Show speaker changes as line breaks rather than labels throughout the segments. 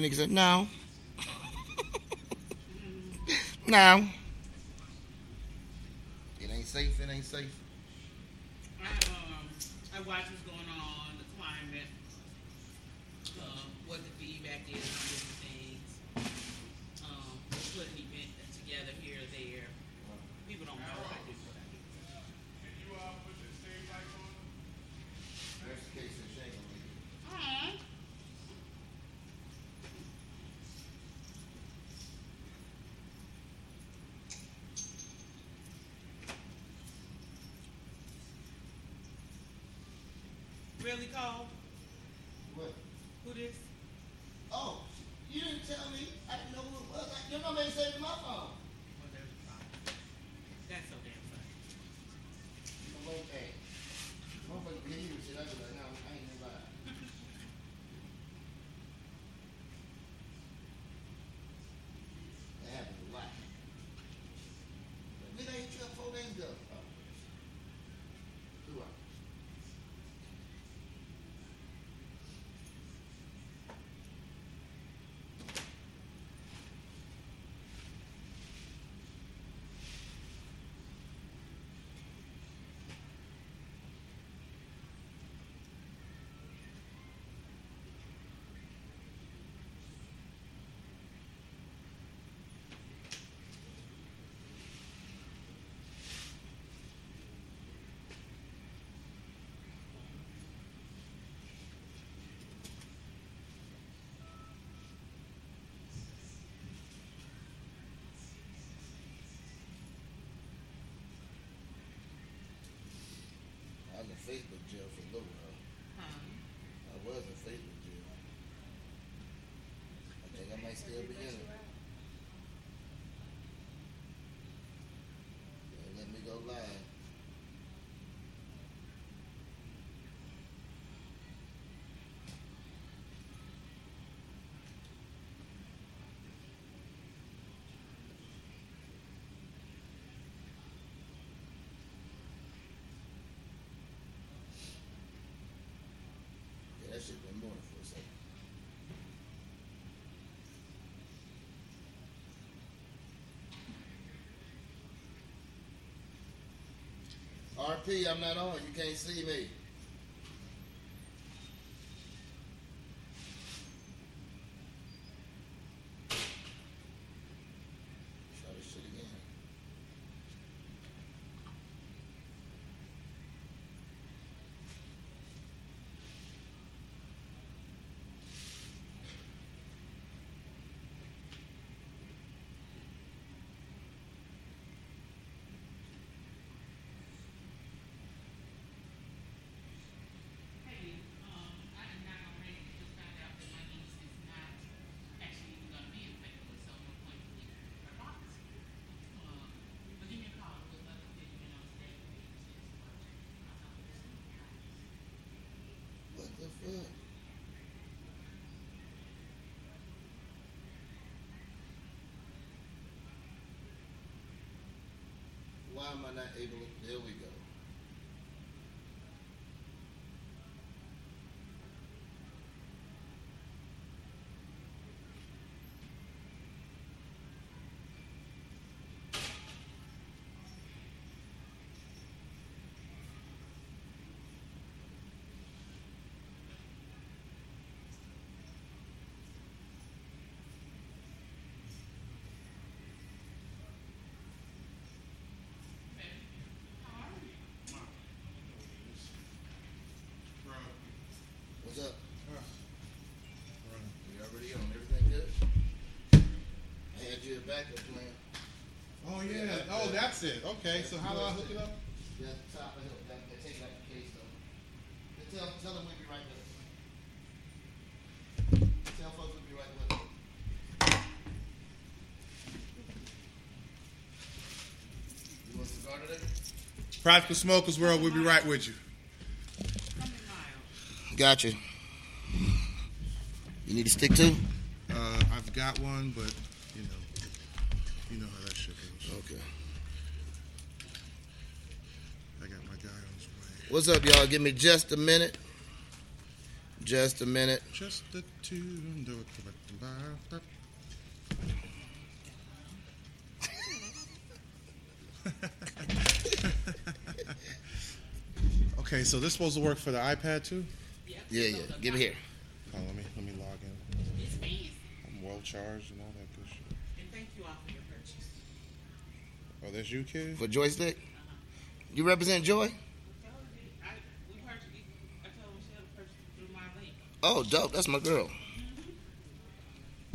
Nigga said, no. no.
It ain't safe. It ain't safe.
I um I watch what's going on, the climate, uh, what the feedback is on different things. Um, put an event together here or there. People don't know I do what I do.
Worst case in Shane gonna
Aw.
leave.
Really, Cole?
What?
Who this?
Oh, you didn't tell me. I didn't know who it was. I, your number ain't saved in my phone.
Oh, there's a problem. That's so damn funny.
You know, okay. Motherfucker, can you shit? I be like, no, I ain't gonna lie. That happens a lot. That Nigga, I hit you up four days ago. Oh. Two hours. I was in Facebook jail for a little while.
Huh?
I was in Facebook jail. I think I might still be in it. They let me go live. Yeah, that shit been moving for a second. RP, I'm not on. You can't see me. Try this shit again.
Hey, um, I am not already just found out that my niece is not actually even gonna be in Fayetteville, so no point in leaving her box. Um, but give me a call, good luck with it, you know, today.
What the fuck? Why am I not able to? There we go. What's up? We already on. Everything good? I had you a backup plan.
Oh yeah. Oh, that's it. Okay. So how do I hook it up?
Yeah, top of the hill. That, that take like the case though. Just Tell, tell them we'll be right with us. Tell folks we'll be right with us. You want to start it?
Practical Smokers World. We'll be right with you.
Hundred miles.
Gotcha. You need to stick to?
Uh, I've got one, but you know, you know how that shit goes.
Okay.
I got my guy on his way.
What's up, y'all? Give me just a minute. just a minute.
Just the two. okay, so this supposed to work for the iPad too?
Yep,
Yeah,
so
yeah.
the
Give it here.
Hold on, let me let me log in.
con- It's fancy.
I'm well charged and all that good shit.
And thank you all for your purchase.
Oh, that's you, kid.
For joystick. You represent Joy?
I told you, I, we purchased, I told Michelle to purchase it through my link.
Oh, dope. That's my girl.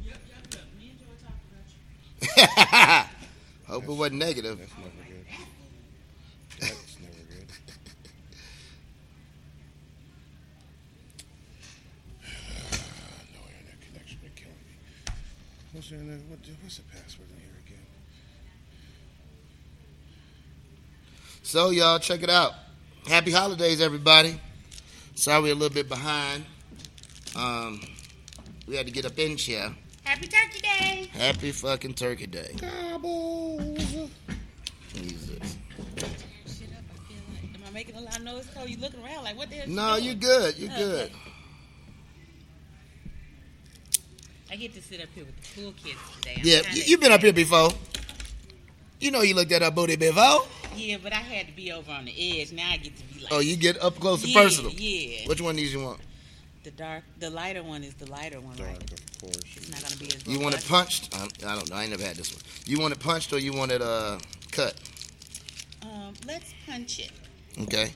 Yep, yep, yep. Me and Joy talked about you.
Hope it wasn't negative.
That's never good. That's never good. no internet connection, they're killing me. What's the internet? What, what's the password in here again?
So y'all check it out. Happy holidays, everybody. Sorry we're a little bit behind. Um, we had to get up in here.
Happy Turkey Day!
Happy fucking Turkey Day.
Gobbles.
Jesus.
Shit up, I feel like. Am I making a lot of noise? Cole, you looking around like, what the hell?
No,
doing?
you good. You good.
I get to sit up here with the cool kids today. I'm
Yeah,
kinda
you, you been up here before. You know you looked at our booty before.
excited. Yeah, but I had to be over on the edge. Now I get to be like,
Oh, you get up close and
yeah,
personal.
Yeah.
Which one of these you want?
The dark, the lighter one is the lighter one,
Dark,
right?
of course.
It's not gonna be as.
You want it
robust.
punched? I, I don't know. I ain't never had this one. You want it punched or you want it uh, cut?
Um, let's punch it.
Okay.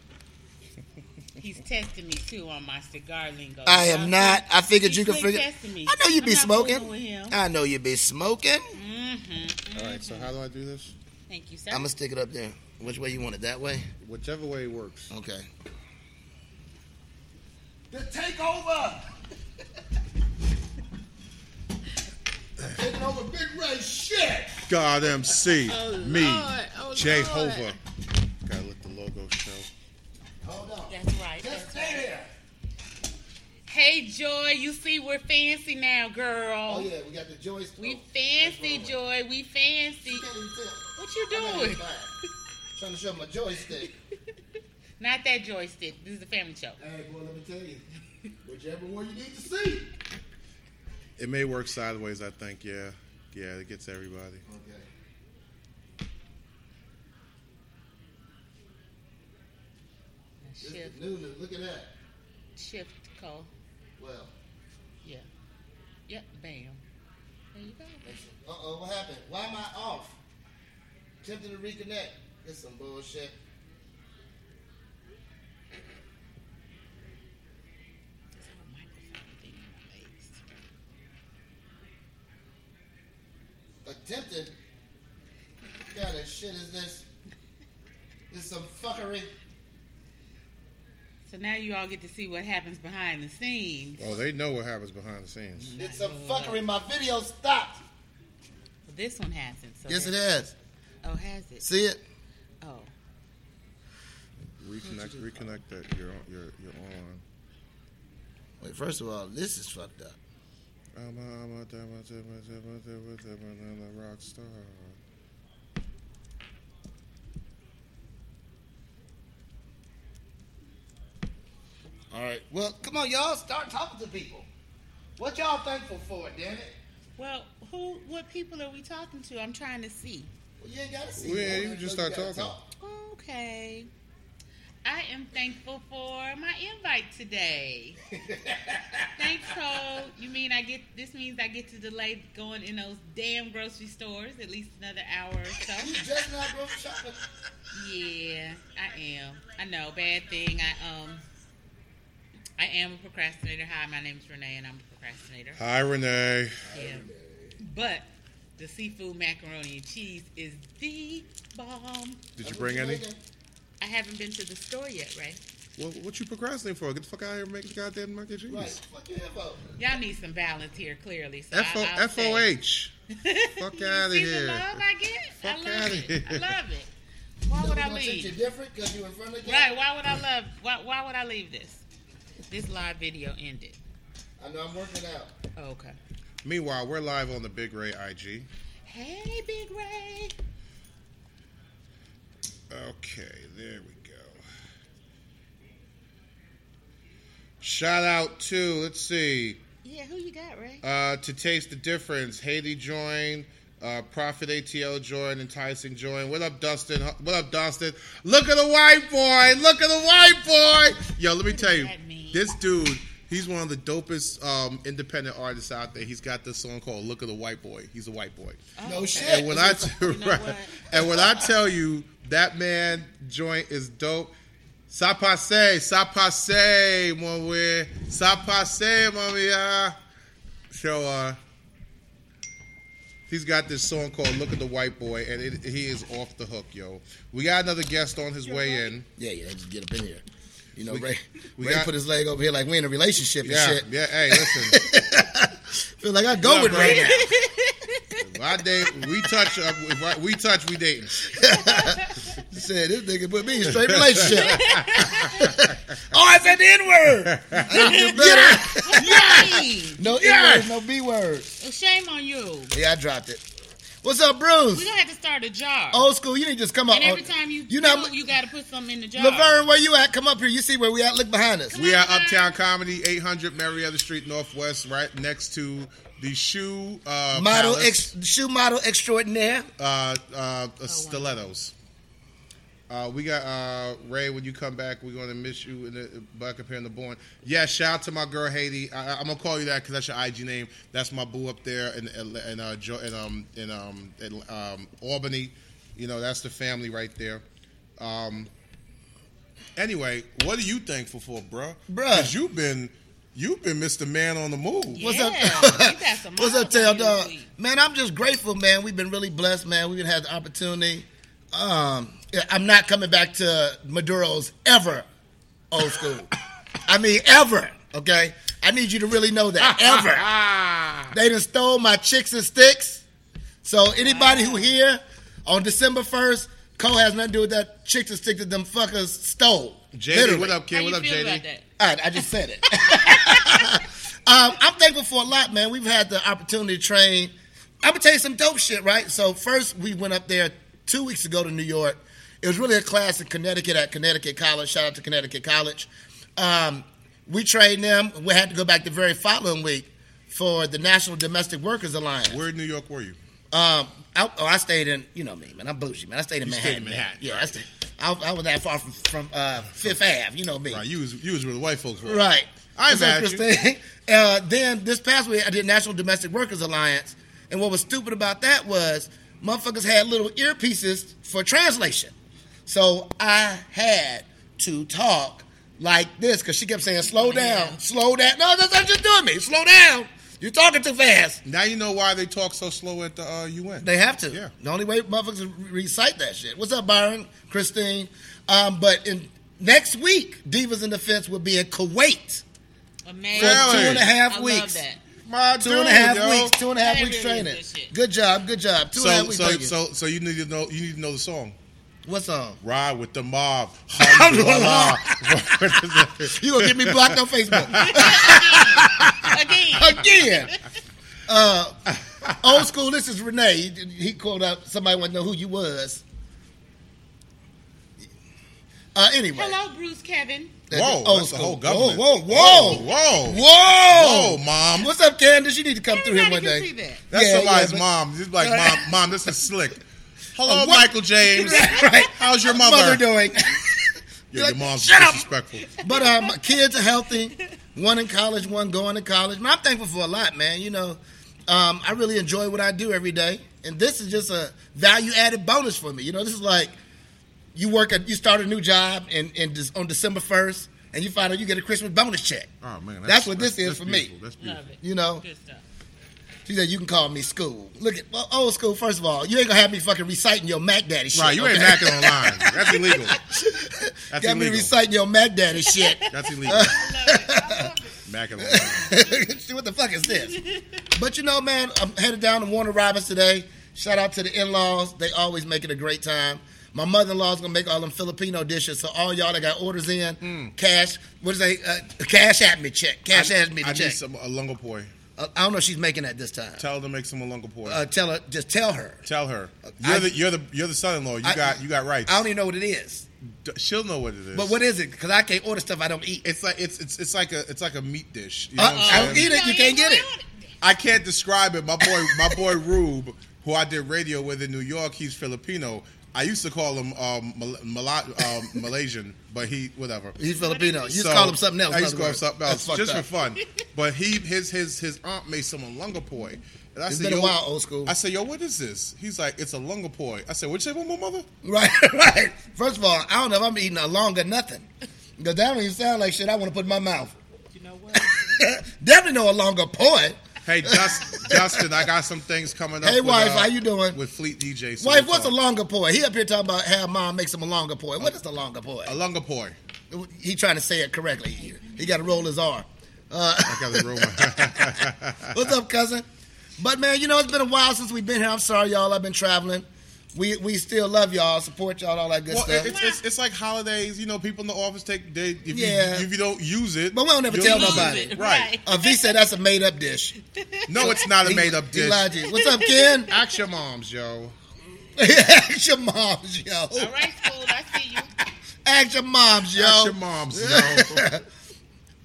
He's testing me too on my cigar lingo.
I am not. I figured
He's
you could
slick
figure.
testing me.
I know you
I'm
be
not fooling with
smoking.
him.
I know you be smoking.
Mm-hmm.
All right, so how do I do this?
Thank you, sir.
I'm gonna stick it up there. Which way you want it? That way?
Whichever way works.
Okay.
The takeover. Taking over Big Ray shit.
God MC,
Oh,
me,
Lord. Oh,
Jehovah.
Lord.
Gotta let the logo show.
Hold on.
That's right.
Just
That's
stay
right.
there.
Hey, Joy, you see we're fancy now, girl.
Oh yeah, we got the joystick.
We fancy, Joy. We fancy.
You can't even tell.
What you
I got it in
doing?
mine. Trying to show my joystick.
Not that joystick. This is a family show.
Hey, boy, let me tell you. Whichever one you need to see.
It may work sideways, I think. Yeah, yeah, it gets everybody.
Okay. This
Shift,
is new. Look at that.
shift, call.
Well,
Yeah. Yep. Bam. There you go.
uh oh, what happened? Why am I off? Attempting to reconnect. This some bullshit.
This whole microphone thing in my legs.
Attempted. What kind of shit is this? This some fuckery.
So now you all get to see what happens behind the scenes.
Oh, they know what happens behind the scenes.
It's some fuckery. My video stopped.
Well, this one hasn't. So
Yes, it
there-
has.
Oh, has it?
See it?
Oh.
Reconnect, reconnect that you're on, you're you're on.
Wait. First of all, this is fucked up.
I'm a, I'm a, I'm a, I'm a, I'm a, I'm a, I'm a rock star.
All right.
Well, come on, y'all. Start talking to people. What y'all thankful for? Damn it.
Well, who? What people are we talking to? I'm trying to see.
Well, you ain't gotta see.
Well, yeah,
them.
you just
know
start
gotta
talking.
talk.
Okay. I am thankful for my invite today. Thanks, Cole. You mean I get this means I get to delay going in those damn grocery stores at least another hour or
You
so.
just not going shopping.
yeah, I am. I know, bad thing. I um I am a procrastinator. Hi, my name's Renee and I'm a procrastinator.
Hi, Renee.
Yeah. But the seafood macaroni and cheese is the bomb.
Did you
That's
bring
what
any?
thinking.
I haven't been to the store yet, Ray.
Well, what you procrastinating for? Get the fuck out of here and make the goddamn mac and cheese.
Right. Fuck your info.
Y'all need some balance here, clearly. So
F O
I, I'll
F O
say-
H. Fuck
You
outta
see the
here.
love I get? I
Fuck
love
outta
it. I
here.
love it. Why would I
Gonna treat you
leave?
different because you in front of the camera?
Right? Why would I love? Why, why would I leave this? This live video ended.
I know I'm working out.
okay.
Meanwhile, we're live on the Big Ray IG.
Hey, Big Ray.
Okay, there we go. Shout out to, let's see,
Yeah, who you got, Ray?
uh, to Taste the Difference. Haley joined. Uh, Prophet ATL joined. Enticing joined. What up, Dustin? Huh- What up, Dustin? Look at the white boy. Look at the white boy. Yo, let me tell you,
that mean?
this dude, he's one of the dopest um, independent artists out there. He's got this song called "Look at the White Boy." He's a white boy.
Oh,
No shit.
And when I right.
what?
and when I tell you that man joint is dope, ça passe, ça passe, mon way, ça passe, mon vieil. So uh, he's got this song called "Look at the White Boy," and it, he is off the hook, yo. We got another guest on his way in.
Yeah, yeah, just get up in here. You know,
We-
Ray,
we
Ray
got-
put his leg over here like we in a relationship and
Yeah,
shit.
yeah. Hey, listen.
Feel like I go with Ray now.
If I date, we touch. uh, If I, we touch, we dating.
Said this nigga put me in a straight relationship. oh, I said the N word.
Yeah.
Hey,
No
Yeah.
N word, no B word.
shame on you.
Yeah, I dropped it. What's up,
We
Bruce?
gonna have to start a jar.
Oh,
Old school. You need to just come up.
and every
Oh,
time you you
you not-
you gotta put something in the jar.
Laverne, where you at? Come up here. You see where we at? Look behind us.
We are Uptown Comedy, 800 Marietta Street Northwest, right next to the shoe uh,
model
palace,
ex, shoe model extraordinaire.
uh,
Oh,
uh, stilettos. Uh, we got uh, Ray. When you come back, we're gonna miss you in the back up here in the born. Yeah, shout out to my girl Haiti. I, I- I'm gonna call you that because that's your IG name. That's my boo up there in in uh, jo- in um in um, in, um Albany. You know, that's the family right there. Um. Anyway, what are you thankful for, bruh?
Bruh.
because you've been you've been Mr. Man on the move.
What's
Yeah,
up?
you got some
What's
miles
up, Tail
on you this
Dog?
week.
Man, I'm just grateful, man. We've been really blessed, man. We've had the opportunity. Um, I'm not coming back to Maduro's ever, old school. I mean, ever. Okay, I need you to really know that ever.
Ah,
They done stole my chicks and sticks. So anybody who here on December first, Cole has nothing to do with that chicks and sticks that them fuckers stole.
JD,
Literally.
what up,
How
kid? What
you
up,
feel
JD?
about that?
All right, I just said it. um, I'm thankful for a lot, man. We've had the opportunity to train. I'm gonna tell you some dope shit, right? So first, we went up there two weeks ago to New York. It was really a class in Connecticut at Connecticut College. Shout out to Connecticut College. Um, we trained them. We had to go back the very following week for the National Domestic Workers Alliance.
Where in New York were you?
Um, I, oh, I stayed in, you know me, man. I'm bougie, man. I stayed in
You
Manhattan.
stayed in Manhattan,
man. Yeah, I, stayed, I, I was that far from, from uh, Fifth Ave. You know me.
Right, you was you was where the white folks were.
Right.
I
What's up,
imagine.
Christine? Uh, then this past week, I did National Domestic Workers Alliance, and what was stupid about that was motherfuckers had little earpieces for translation. So I had to talk like this because she kept saying, "Slow down, slow down." No, that's not just doing me. Slow down. You're talking too fast.
Now you know why they talk so slow at the uh, UN.
They have to.
Yeah.
The only way motherfuckers re- recite that shit. What's up, Byron, Christine? Um, but in next week, Divas in Defense will be in Kuwait for
Amazing.
Really?
two and a half
I
weeks.
love that.
My
Two
dude,
and a half
yo.
weeks. Two and a half
That
weeks
really is
training.
good shit.
Good job. Good job. Two and a half
So so
weeks. So,
so so you need to know you need to know the song.
What's song?
Ride with the mob.
I'm the
Alhamdulillah.
You gonna get me blocked on Facebook
Again.
again? Uh, old school. This is Renee. He- He called out. Somebody want to know who you was. Uh, anyway.
Hello, Bruce Kevin.
That's
Whoa,
old
that's the
school.
whole government.
Whoa, whoa, whoa,
whoa, whoa,
whoa,
Whoa, Mom.
What's up, Candace? You need to come through here
Everybody
one
can
day.
see that.
That's
Yeah,
somebody's
yeah, but-
mom. He's like, mom, mom, this is slick. Hello,
Uh, what-
Michael James.
right.
How's your
What's
mother?
doing?
Yo, your mom's
Shut up.
disrespectful.
But uh, my kids are healthy. One in college, one going to college. Man, I'm thankful for a lot, man. You know, um, I really enjoy what I do every day, and this is just a value added bonus for me. You know, this is like you work at you start a new job and, and des- on December first, and you find out you get a Christmas bonus check.
Oh man,
That's what this is
that's
for me.
beautiful. That's beautiful.
Love it.
You know,
Good stuff.
she said you can call me school. Look at well, old school. First of all, you ain't gonna have me fucking reciting your Mac Daddy shit.
Right, you ain't
okay?
macking online. That's illegal. That's
Got me
illegal.
reciting your Mac Daddy shit.
That's illegal. Macking online.
See, what the fuck is this? But you know, man, I'm headed down to Warner Robins today. Shout out to the in-laws. They always make it a great time. My mother-in-law's gonna make all them Filipino dishes. So all y'all that got orders in, cash. What is they? Uh, cash at me check. Cash at me
Hmm. I
check.
need some a lungo poi.
Uh, I don't know if she's making that this time.
Tell her to make some Malunga pork.
Uh, tell her, just tell her.
Tell her you're
I-
the you're the you're the son-in-law. You
I-
got you got rights.
I don't even know what it is,
D- She'll know what it is.
but what is it? Because I can't order stuff I don't eat.
It's like it's it's it's like a it's like a meat dish. You know
Uh,
what
I
Uh-uh.
I'm
don't
saying?
eat it. You can't get it.
I can't describe it. My boy, my boy Rube, who I did radio with in New York, he's Filipino. I used to call him um, Mal- Mala- um, Malaysian, but he whatever.
He's Filipino. You just
So,
call him something else.
I used to call
another
him
word.
something
That's
else,
fucked
just
up.
for fun. But he, his, his, his aunt made some lungapoy, and I
It's
said,
been a
"Yo,"
while, old school.
I said, "Yo, what is this?" He's like, "It's a lungapoy." I said, "What you say, about my mother?"
Right, right. First of all, I don't know if I'm eating a long or nothing. Because that don't even sound like shit I want to put in my mouth.
You know what?
Definitely no a longer point.
Hey, Dust, Dustin, I got some things coming up.
Hey,
with,
wife,
uh,
how you doing?
With Fleet DJ. so
Wife,
we'll
what's a
talk.
longer point? He up here talking about how mom makes him a longer point. What is the longer point?
a lungapoy?
He trying to say it correctly here. He got to roll his R. Uh,
I got the rumor.
What's up, cousin? But man, you know it's been a while since we've been here. I'm sorry, y'all. I've been traveling. We we still love y'all, support y'all, all that good
Well,
stuff.
it's, it's, it's like holidays. You know, people in the office take they if,
Yeah.
you, if you don't use it,
But we don't ever
you'll
tell
lose
nobody.
it. Right?
uh, V said that's a made up dish.
No, it's not a made up
He
dish.
lied to you. What's up, Ken?
Ask your moms, yo.
Ask your moms, yo.
All right, school. I see you.
Ask your moms, yo.
Ask your moms, yo.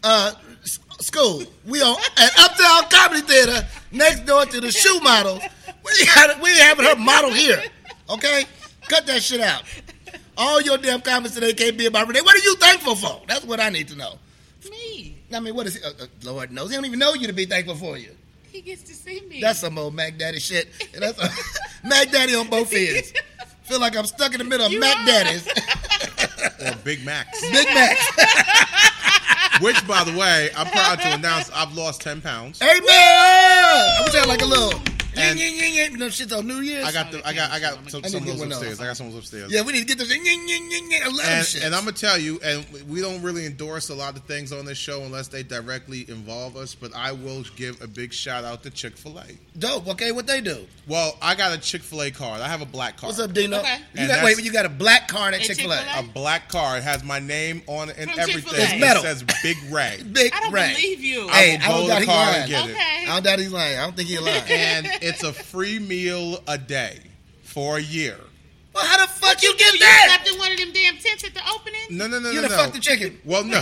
uh, s- school. We on at Uptown Comedy Theater next door to the shoe model. We had we ain't having her model here. Okay, cut that shit out. All your damn comments today can't be about Renee. What are you thankful for? That's what I need to know.
Me.
I mean, what is he? Uh, uh, Lord knows he don't even know you to be thankful for you.
He gets to see me.
That's some old Mac Daddy shit. And that's Mac Daddy on both ends. Feel like I'm stuck in the middle of
You
Mac
are.
Daddies,
or Big Macs.
Big Macs.
Which, by the way, I'm proud to announce I've lost ten pounds.
Amen. I wish I had like a little.
And-
ying, ying, ying, ying. You know, shit's on New Year's.
I got the, I got I got some,
I
some
need to
of
get
those
one of
upstairs.
those.
I got some of those upstairs.
Yeah, we need to get those. Ying, ying, ying, ying, ying, a lot of
And,
shit.
and I'm gonna tell you, and we don't really endorse a lot of things on this show unless they directly involve us. But I will give a big shout out to Chick Fil A.
dope. Okay, what they do?
Well, I got a Chick Fil A card. I have a black card.
What's up, Dino?
Okay.
You
And
got, wait,
that's-
you got a black card at
At
Chick Fil A?
Chick-fil-A?
a black car. It has my name on it and
From
everything.
Chick-fil-A. It's
metal.
It says Big Ray.
Big
I don't
Ray.
believe you.
I
Hey,
will
I don't
borrow
doubt
the
he's
car
lying.
and get it.
okay.
I don't doubt he's lying. I don't think he's lying.
And it's a free meal a day for a year.
well, how the fuck you get
you
that?
slept in one of them damn tents at the opening.
No, no, no,
You
no,
done
no.
fucked the chicken.
well, no.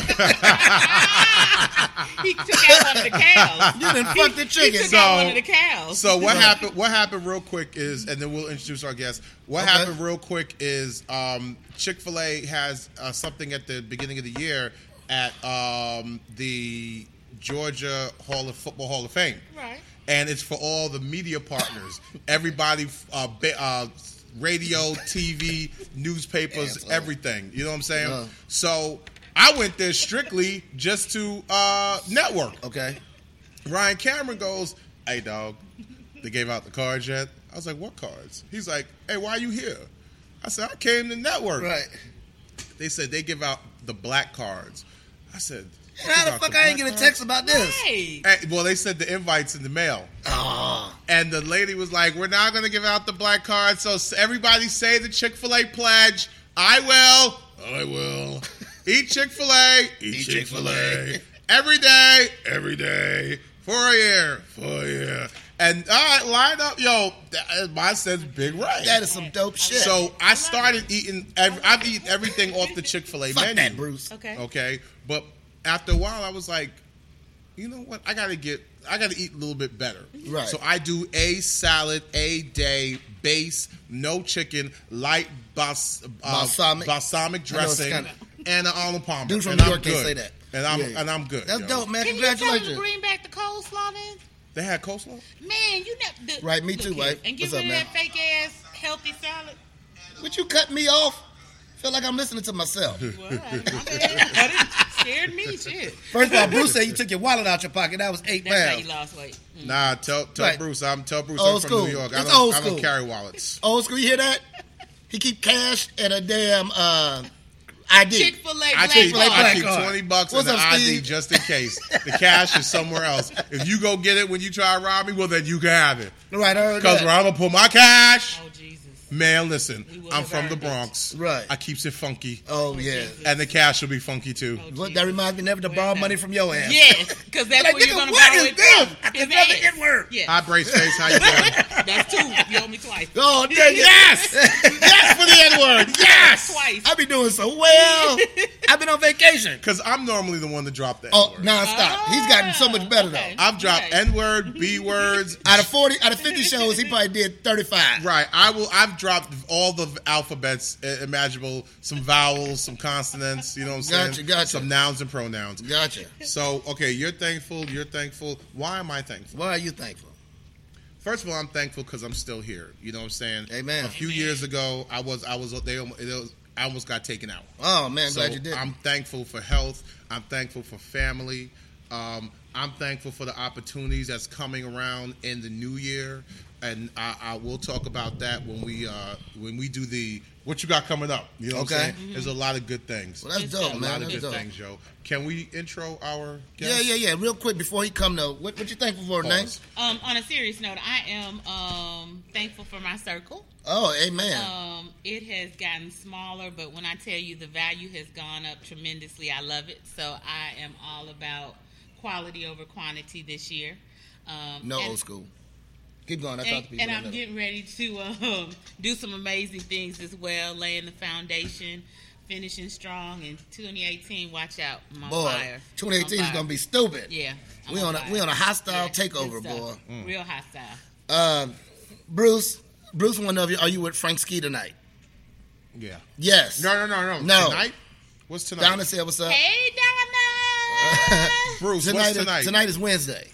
He took out one of the cows.
You done fucked the
He
chicken.
took out
So-
one of the cows.
so what happened? What happened real quick is, and then we'll introduce our guest. What
Okay.
happened real quick is um, Chick Fil A has uh, something at the beginning of the year at um, the Georgia Hall of Football Hall of Fame.
Right.
and it's for all the media partners. Everybody, uh, ba- uh, radio, TV, newspapers,
Asshole.
everything. You know what I'm saying?
Uh.
So I went there strictly just to uh, network.
Okay.
Ryan Cameron goes, "Hey, dog, they gave out the cards yet?" I was like, "What cards?" He's like, "Hey, why are you here?" I said, "I came to network."
Right.
They said they give out the black cards. I said,
How the
"Give out
fuck I ain't
black
get a
cards?"
text about this?
Hey.
Hey, well, they said the invites in the mail.
Ah.
And the lady was like, "We're not going to give out the black card, so s- everybody say the Chick Fil A pledge." I will. I will. Eat Chick Fil A. Eat Chick Fil A. Every day. Every day. For a year. For a year. And all right, line up, yo. That, mine says Big Ray.
that is some dope shit.
so I started eating. Every, I've eaten everything off the Chick Fil A
fuck
menu.
that, Bruce.
Okay.
Okay, but after a while, I was like, you know what? I gotta get, I gotta eat a little bit better.
Right.
So I do a salad a day, base, no chicken, light bas, uh,
Balsamic.
balsamic
I know it's
dressing,
kinda-
and an olive palmer.
Dude from
and
New
I'm
York can't
good.
say that.
And I'm
Yeah.
and I'm good.
That's
yo.
dope, man.
Can you tell them to
Congratulations.
bring back the coleslaw then?
They had coleslaw.
Man, you know. The,
Right, me too,
look here,
wife.
And get
What's up,
rid
man?
of that fake ass healthy salad.
Would you cut me off? Feel like I'm listening to myself.
What? My bad. That scared me, shit.
First of all, Bruce said you took your wallet out your pocket. That was eight
That's how
pounds.
you lost weight. Mm.
Nah, tell tell
Right.
Bruce. I'm tell Bruce.
Old
I'm from
school.
New York. I
It's
don't,
old
I don't
school.
carry wallets.
Old school, you hear that? He keep cash and a damn uh, ID.
Chick fil A
I
black
keep,
card.
I
Black
keep
card.
twenty bucks in
What's
the
up,
ID
Steve?
just in case. The cash is somewhere else. If you go get it when you try to rob me, well then you can have it.
Right, I heard
Because
that.
where I'm gonna put my cash,
Oh, Jesus.
man, listen,
We will
I'm from
have
the
our
Bronx.
Right.
I keeps it funky.
Oh yeah.
And the cash will be funky too.
Look, that reminds me never to borrow money from your ass.
Oh, Yes, because that's
Like,
where
nigga,
you're gonna
what
borrow
is
it
this?
from.
I can
His
never
ass.
get work.
Yeah,
Hi, Brace Face. How you doing?
that's two. You owe me twice.
Oh, dang it. Yes! yes for the N word. Yes!
Twice.
I've been doing so well. I've been on vacation.
Because I'm normally the one to drop that.
Oh,
word.
nonstop. He's gotten so much better,
Oh, okay.
though.
I've dropped
Okay.
N word, B words.
Out of 40, out of 50 shows, he probably did 35.
Right, I will. I've dropped all the alphabets uh, imaginable, some vowels, some consonants. You know what I'm saying?
Gotcha, gotcha.
Some nouns and pronouns.
Gotcha.
So, okay, you're thankful. You're thankful. Why am I thankful?
Why are you thankful?
First of all, I'm thankful because I'm still here. You know what I'm saying?
Amen.
A few years ago, I was, I was, they, almo- it was, I almost got taken out.
Oh, man,
so
glad you did.
I'm thankful for health. I'm thankful for family. Um, I'm thankful for the opportunities that's coming around in the new year, and I, I will talk about that when we uh, when we do the what you got coming up. You know, what I'm
Okay.
saying? there's a lot of good things.
well, that's
It's
dope,
a
a lot
man.
of
That's
good
dope.
things, Joe. Can we intro our?
Yeah,
guest?
yeah, yeah. Real quick before he come, though, what, what you thankful for, Nate?
Pause.
Um, on a serious note, I am um thankful for my circle.
Oh, amen.
Um, it has gotten smaller, but when I tell you the value has gone up tremendously, I love it. So I am all about quality over quantity this year. Um,
no
and-
old school. Keep going. I
And,
thought the people.
and
in the
I'm
middle.
getting ready to um, do some amazing things as well, laying the foundation, finishing strong. In 2018, watch out, I'm on
Boy,
fire.
2018
I'm
is
on
gonna be
fire.
stupid.
yeah. I'm
We on a
fire.
we on a hostile
Yeah,
takeover,
good stuff.
boy.
Mm.
Real hostile.
Uh, Bruce, Bruce, one of you. Are you with Frank Ski tonight?
yeah.
Yes.
No, no, no, no.
No.
Tonight? What's tonight?
Donna said, "What's up?"
Hey, Donna.
Bruce,
tonight,
what's
is-
tonight?
is Wednesday.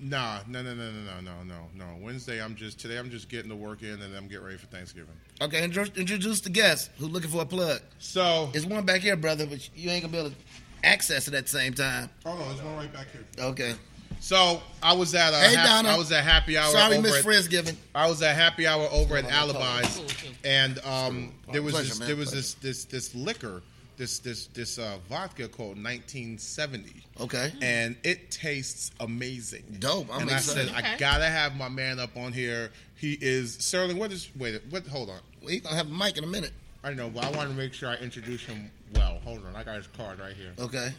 Nah, no, no, no, no, no, no, no, no. Wednesday, I'm just today. I'm just getting the work in, and I'm getting ready for Thanksgiving.
Okay, intro- introduce the guest who's looking for a plug.
So,
There's one back here, brother, but you ain't gonna be able to access it at the same time.
hold on, there's one right back here.
Okay.
So, I was at uh,
Hey,
hap-
Donna.
I was at happy hour.
Sorry,
over
Miss
at-
Friendsgiving.
I was at happy hour over at Alibis,
Cool, cool.
and um, there was
Pleasure,
this,
man,
there was
pleasure.
this this this liquor, this this this uh, vodka called 1970.
Okay.
Mm-hmm.
and it tastes amazing.
Dope. I'm
and I
excited.
said, I
Okay.
gotta have my man up on here. He is Sterling. What is? Wait. What? Hold on.
Well, you gonna have a mic in a minute.
I know, but I want to make sure I introduce him well. Hold on. I got his card right here.
Okay.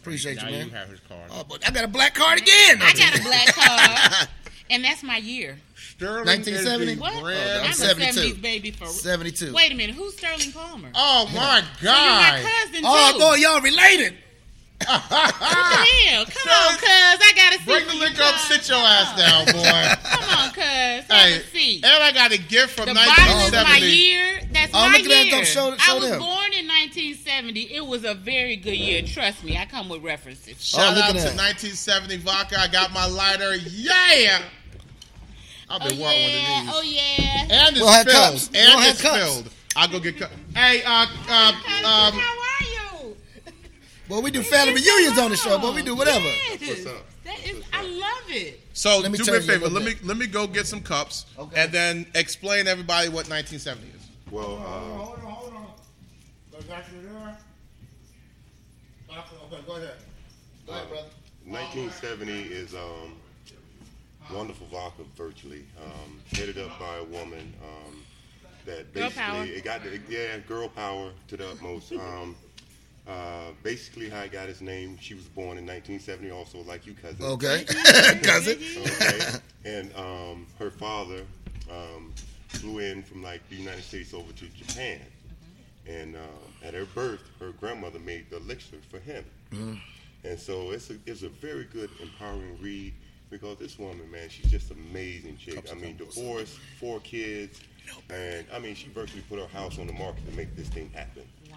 Appreciate
Now
you, man.
you have his card.
oh, but I got a black card again.
I got a black card, and that's my year.
Sterling
1970?
is the
What?
Oh,
Oh,
grand-
I'm
I'm, a
72.
70s baby for
72.
Wait a minute, who's Sterling Palmer?
Oh my
You're my
God!
cousin too.
Oh, I thought y'all related.
what the hell? Come on,
Sterling.
cuz. I gotta see.
Bring Ah, the
you,
liquor up.
cuz.
Sit your ass down, boy.
Come on, cuz. Have
hey,
a seat.
and I got a gift from
The bottle is my
1970.
year. That's
Oh,
my
look at that.
year.
Don't show- show
I was
them.
born in 1970. It was a very good year. Trust me, I come with references.
Shout
Oh, look
out
at
to
that.
1970 vodka. I got my lighter. Yeah. I've
Oh
been wanting one of
yeah,
these.
oh yeah.
And it's
We'll have
filled.
cups.
And
We'll have
it's
cups.
filled. I'll go get cups. Hey, uh,
Cousin,
uh, um,
how are you?
Well, we do family
It's been so
reunions on the show, but
long.
we do whatever.
Yes.
What's up?
That is, I love it.
so
Let me
do
turn
me a
you a
favor.
little
Let me
bit.
let me go get some cups
Okay.
and then explain everybody what 1970 is.
Well, uh,
Hold on, hold on. Okay, go ahead. Go ahead, brother.
1970 is um, wonderful vodka, virtually um, headed up by a woman um, that
Girl power.
basically it got the, yeah girl power to the utmost. Um, uh, basically, how it got its name. She was born in 1970, also like you, cousin.
Okay.
Mm-hmm.
Cousin.
Okay. and um, her father um, flew in from like the United States over to Japan. And uh, at her birth, her grandmother made the elixir for him. And so it's a, it's a very good, empowering read because this woman, man, she's just amazing chick. I mean, divorced, four kids. And I mean, she virtually put her house on the market to make this thing happen.
Wow.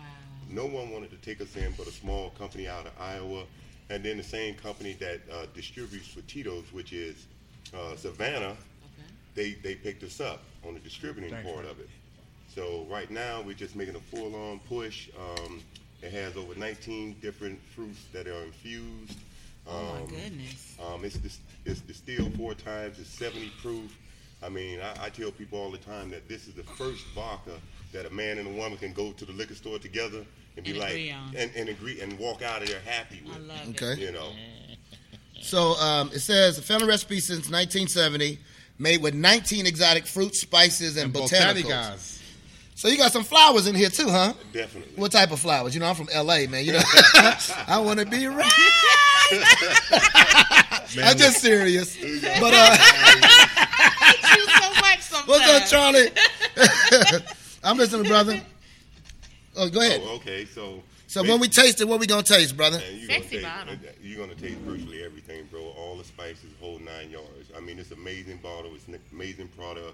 No one wanted to take us in but a small company out of Iowa, and then the same company that uh, distributes for Tito's, which is uh, Savannah,
Okay.
they, they picked us up on the distributing part of it. So right now, we're just making a full-on push. Um, it has over 19 different fruits that are infused.
Oh my
Um,
goodness.
um, it's dis- it's distilled four times. It's 70 proof. I mean, I, I tell people all the time that this is the first vodka that a man and a woman can go to the liquor store together and be
And
like,
agree on.
and, and agree and walk out of there happy with.
I love it.
Okay.
You know,
So um, it says a family recipe since 1970. made with 19 exotic fruits, spices, and, botanicals.
Botanicals.
So you got some flowers in here too, huh?
Definitely.
What type of flowers? You know, I'm from LA, man. You know, I want to be right. I'm just serious. But uh,
Thank you so much. Sometimes.
what's up, Charlie? I'm listening, brother. Oh, go ahead.
Oh, okay, so.
So when we taste it, what we gonna taste, brother?
Man, you
Sexy
gonna
bottle.
taste, You're gonna taste virtually everything, bro. All the spices, whole nine yards. I mean, it's amazing bottle. It's an amazing product.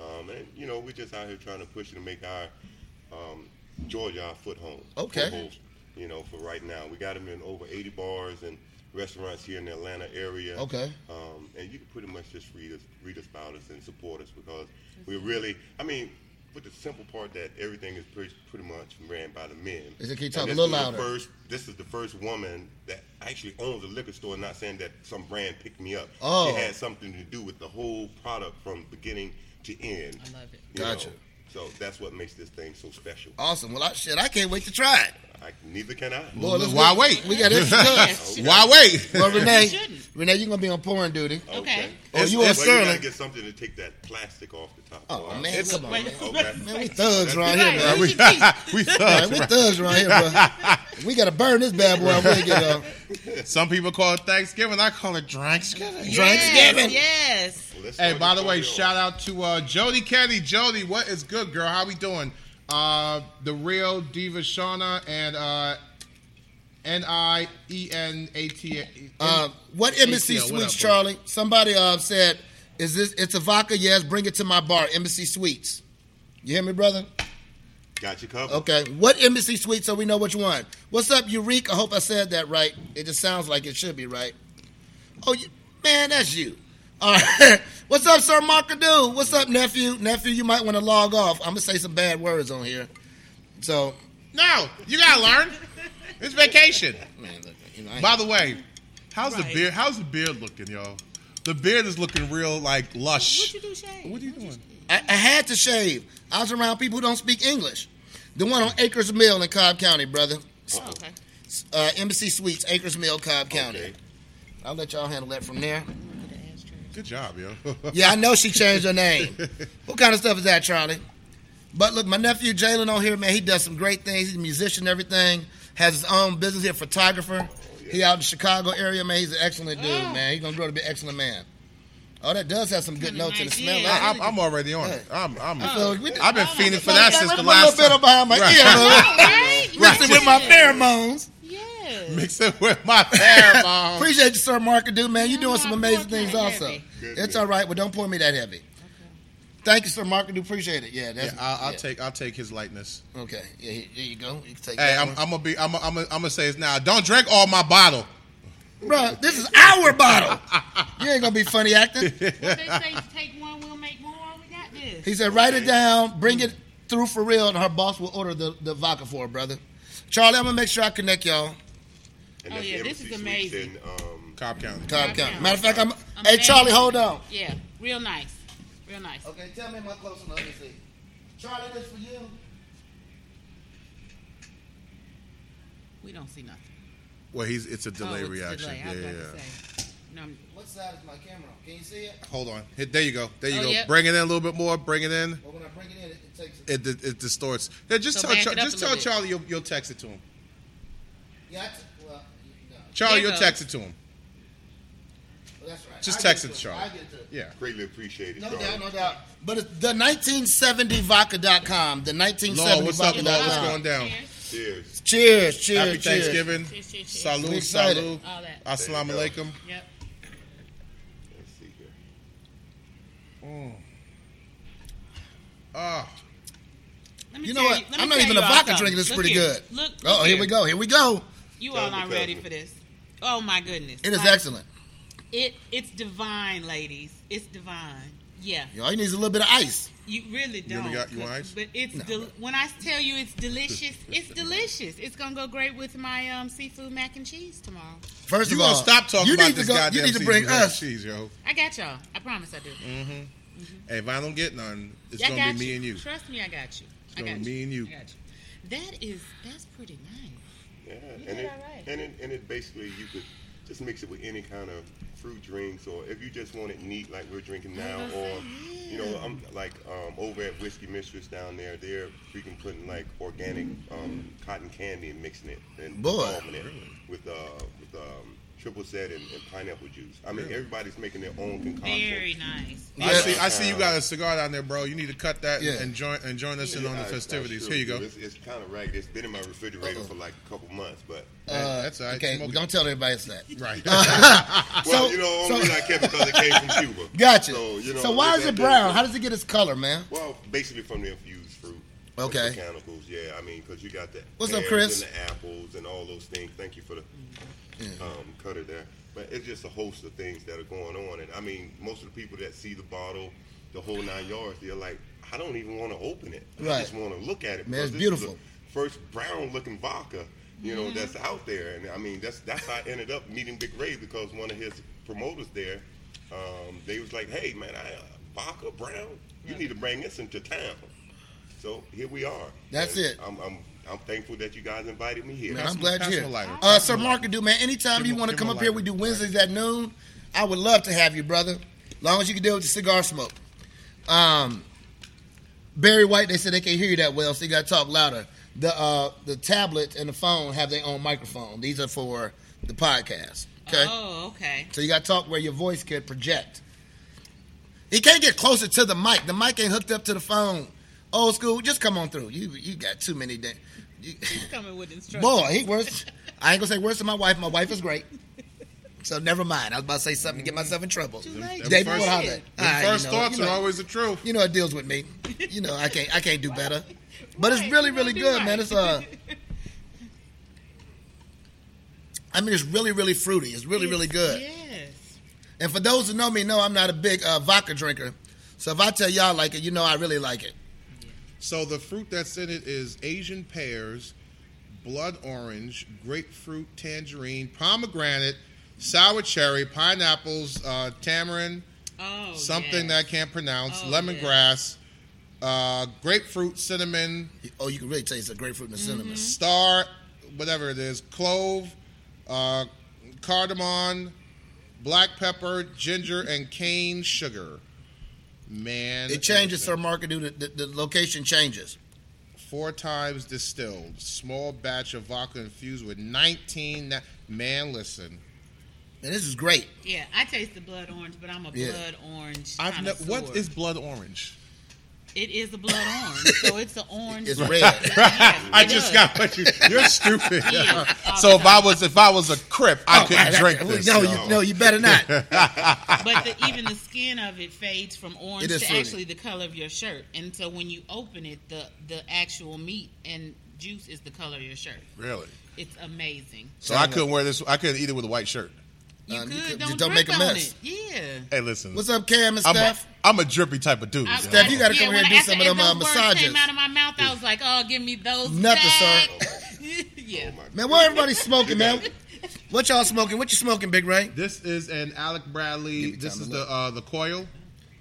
Um, and you know, we're just out here trying to push it and make our um, Georgia our foot home.
Okay.
foothold, you know, for right now, we got them in over 80 bars and restaurants here in the Atlanta area.
Okay.
Um, and you can pretty much just read us, read us about us and support us because we're really, I mean, with the simple part that everything is pretty, pretty much ran by the men.
Is it- can you
And
talk a
this
little
is the
louder?
First, this is the first woman that actually owns a liquor store. Not saying that some brand picked me up.
Oh.
She had something to do with the whole product from beginning to end.
I love it.
you know.
Gotcha. Uh,
So that's what makes this thing so special.
Awesome. Well, I, shit, I can't wait to try it.
I, neither can I.
Boy, let's
Why
go-
wait?
We got extra cups.
Yes.
Why wait?
Well, Renee,
shouldn't.
Renee, you're gonna be on pouring duty.
Okay.
Oh, you
Well,
on
You gotta
Sterling?
get something to take that plastic off the top.
Oh man, come on,
Wait,
man.
Okay.
Man, we thugs around here,
Right,
man.
we
We,
should keep-
we
man,
thugs.
we thugs around here, bro. We gotta burn this bad boy. up. We get uh, up.
Some people call it Thanksgiving. I call it Dranksgiving.
Thanksgiving.
Yes.
Well, let's
Hey,
start
by the
this
way,
party off.
shout out to uh, Jody Kenny. Jody, what is good, girl? How we doing? Uh, the real diva Shauna and uh, N I E N A T.
Uh, what Embassy
ATL, what
Suites,
up, bro?
Charlie? Somebody uh, said, "Is this? It's a vodka? Yes. Bring it to my bar, Embassy Suites." You hear me, brother?
Got you covered.
Okay. What Embassy Suites? So we know which one. What's up, Eureka? I hope I said that right. It just sounds like it should be right. Oh, you, man, that's you. All right. What's up, Sir Markadoo? What's up, nephew? Nephew, you might want to log off. I'm gonna say some bad words on here. So,
No, you gotta learn. It's vacation.
man, look, you know, I ain't-
By the way, how's
Right.
the beard? How's the beard looking, y'all? The beard is looking real like lush.
What you do, Shane?
What are you doing?
I, I had to shave. I was around people who don't speak English. The one on Acres Mill in Cobb County, brother.
Oh, okay.
Uh, Embassy Suites, Acres Mill, Cobb County.
Okay.
I'll let y'all handle that from there.
Good job, yo.
Yeah, I know she changed her name. what kind of stuff is that, Charlie? But look, my nephew Jalen on here, man, he does some great things. He's a musician, and everything. Has his own business here, photographer. He out in the Chicago area, man. He's an excellent dude,
Oh.
man. He's gonna grow to be an excellent man. Oh, that does have some good
Kinda
notes in the
nice,
smell.
yeah.
I- I-
I, I'm already on it. I'm. I'm
So we-
I've been feeding for that since the
A
last.
little bit
time.
behind my
Right.
ear, huh?
Right?
Mixed it with my pheromones.
Yes.
Mix it with my hair, mom.
Appreciate you, sir, Mark. Dude, man, you're doing
No,
some
I'm
amazing
pouring
things
that
also.
heavy.
Good,
It's
good.
all right, but don't pour me that heavy. Thank you, sir, Mark. Do appreciate it. Yeah, that's
Yeah, I'll, I'll
yeah.
take I'll take his lightness.
Okay, yeah, here here you go. You can take.
Hey,
that
I'm,
one.
I'm gonna be I'm gonna, I'm gonna, I'm gonna say this now. Don't drink all my bottle.
Bruh, this is our bottle. You ain't gonna be funny acting.
What they say, take one, we'll make more. We got this.
He said, write it down, bring it through for real, and her boss will order the, the vodka for her, brother. Charlie, I'm gonna make sure I connect y'all.
And
Oh,
that's
yeah,
the
this
Embassy
is
Suites
amazing.
in, um,
Cobb County.
Cobb
Okay.
County. Matter of fact, I'm.
I'm
Hey,
mad.
Charlie, hold on.
Yeah, real nice. Real nice.
Okay, tell me am I close enough? Let me see. Charlie, this for you.
We don't see nothing.
Well, he's it's a
Oh,
delay
it's a
reaction.
delay. I was
Yeah,
about
yeah,
to
yeah.
say. No, I'm-
What side is my camera? on? Can you see it?
Hold on. Hit- there you go. There you
Oh,
go.
yep.
Bring it in a little bit more. Bring it in.
Well, when I bring it in, it, it takes. It.
It it, it distorts. Yeah, just
So
tell
back
Char-
it up
just
a
tell
little bit.
Charlie you'll, you'll text it to him.
Yeah, I t- well, no,
Charlie,
There
you'll
goes.
text it to him.
well, that's right.
Just
I'll get
text it,
to
Charlie.
I'll get to it.
Yeah.
greatly appreciated.
No
Charlie.
doubt, no doubt. But it's the 1970vodka.com. The 1970vodka.com.
Lord, what's up, Lord? What's
Wow.
going down?
Cheers.
Cheers.
Cheers, cheers,
Happy
cheers.
Thanksgiving.
Cheers, cheers, cheers.
Salud,
We excited.
salud.
All that.
Uh,
Assalamu
There you
alaikum.
Yep.
Let's see here.
Ah,
Let me
You know
tell
what?
let me
I'm not
tell
even
you
a
all
vodka
something.
drinker. This is
Look
pretty
here.
good.
Look. look
Oh, here we go. Here we go.
You all
Tell
not
me, tell
ready
me.
for this. Oh my goodness.
It is
Like,
excellent.
It it's divine, ladies. It's divine. Yeah.
All you need is a little bit of ice.
You really
You
don't.
really got- you want ice?
But it's del- when I tell you it's delicious, it's delicious. It's gonna go great with my um, seafood mac and cheese tomorrow.
First
you
of all,
gonna stop talking
you
about
need
this
to go,
goddamn
You need to
seafood
bring
mac and
us.
cheese, yo.
I got y'all. I promise I do.
Hey, if I don't get none, Mm, it's
I
gonna
got
be me
you.
and you.
Trust me, I got you. I
gonna
got
be
you.
me and you.
I got you. That is that's pretty nice.
Yeah,
You
and
did
it,
all right.
and it and it basically you could Just mix it with any kind of fruit drinks, or if you just want it neat, like we're drinking now, or you know, I'm like um, over at Whiskey Mistress down there. They're freaking putting like organic um, cotton candy and mixing it and
Boy.
dissolving it with uh, with um, triple set and, and pineapple juice. I mean, everybody's making their own concoction.
Very nice.
I
Yeah.
see. I see you got a cigar down there, bro. You need to cut that and-
Yeah.
and join and join us in on the
I- I
festivities.
sure
Here you
do.
go.
It's, it's kind of ragged. It's been in my refrigerator
Uh-oh.
for like a couple months, but
Uh, That's all right.
Okay, Uh,
Smoke it.
don't tell everybody it's that.
Right.
well,
So-
you know,
so-
only I kept it because it came from Cuba.
Gotcha.
So, you know,
why is
with that
it brown?
being-
How does it get its color, man?
Well, basically from the infused fruit.
Okay.
The Botanicals, yeah. I mean, because you got the
What's up,
pears
Chris?
and the apples and all those things. Thank you for the um, cutter there. But it's just a host of things that are going on, and I mean, most of the people that see the bottle, the whole nine yards, they're like, I don't even want to open it. I
Right.
just want to look at it.
Man, it's
because this is the
beautiful.
First brown-looking vodka. You know that's out there, and I mean that's that's how I ended up meeting Big Ray because one of his promoters there, um, they was like, "Hey man, I, uh, vodka brown, you need to bring this into town." So here we are.
That's
And
it.
I'm, I'm I'm thankful that you guys invited me here.
Man, I'm glad
pass
you're
him a
here.
lighter.
Uh, Sir Mark, do man, anytime
Give
you
him-
want to
give
come
him
up
a
here,
lighter.
we do Wednesdays at noon. I would love to have you, brother. Long as you can deal with your cigar smoke. Um, Barry White, they said they can't hear you that well, so you got to talk louder. The uh, the tablet and the phone have their own microphone. These are for the podcast. Okay,
Oh, okay.
so you got to talk where your voice could project. He can't get closer to the mic. The mic ain't hooked up to the phone. Old school, just come on through. You you got too many. Da- you-
He's coming with instructions.
Boy, he worse. I ain't gonna say worse than my wife. My wife is great. So never mind. I was about to say something to get myself in trouble.
Too late.
Day
Them
before
first-
holiday.
them
Ah, you
first
know,
thoughts
you know,
are always the truth.
You know it deals with me. You know I can't. I can't do better. But it's
Right,
really,
you
really
do
good,
right.
man. It's uh. I mean, it's really, really fruity. It's really, really good.
Yes.
And for those who know me, know I'm not a big uh, vodka drinker. So if I tell y'all I like it, you know I really like it.
So the fruit that's in it is Asian pears, blood orange, grapefruit, tangerine, pomegranate, sour cherry, pineapples, uh, tamarind,
Oh,
something that I can't pronounce,
Oh,
lemongrass, uh, grapefruit, cinnamon,
Oh, you can really taste the grapefruit and the cinnamon.
Mm-hmm.
star, whatever it is, clove, uh, cardamom, black pepper, ginger, and cane sugar. Man,
It changes,
listen.
sir. Market due to the, the location changes.
four times distilled, small batch of vodka infused with 19. Na- Man, listen,
And this is great.
Yeah, I taste the blood orange, but I'm a
Yeah.
blood orange.
I've ne-
connoisseur.
what is blood orange?
It is a blood orange, so it's an orange.
It's red.
Yes,
I
it
just
does.
got what you. You're stupid.
Yeah.
so if I was if I was a crip, I couldn't
Right,
drink
that-
this.
Oh, No,
y'all.
you, no, you better not.
But the, even the skin of it fades from orange
It
to
is fruity.
actually the color of your shirt, and so when you open it, the the actual meat and juice is the color of your shirt.
really.
It's amazing.
So I couldn't wear this. I couldn't eat it with a white shirt.
You
Um,
could
you could-
don't,
just don't
drip
make a
on
mess.
It. Yeah.
Hey, listen.
What's up, Cam and
I'm a,
Steph?
I'm a drippy type of dude.
I-
y'all.
Steph, you gotta
yeah,
come here
when
and do
after-
some of them,
those
uh,
words
massages.
Came out of my mouth, I was like, "Oh, give me those."
Nothing, sir. Oh,
sir. yeah.
Man, why everybody smoking, man? What y'all smoking? What you smoking, Big Ray?
This is an Alec Bradley.
me
This
time
is
to
the
look.
uh, the coil.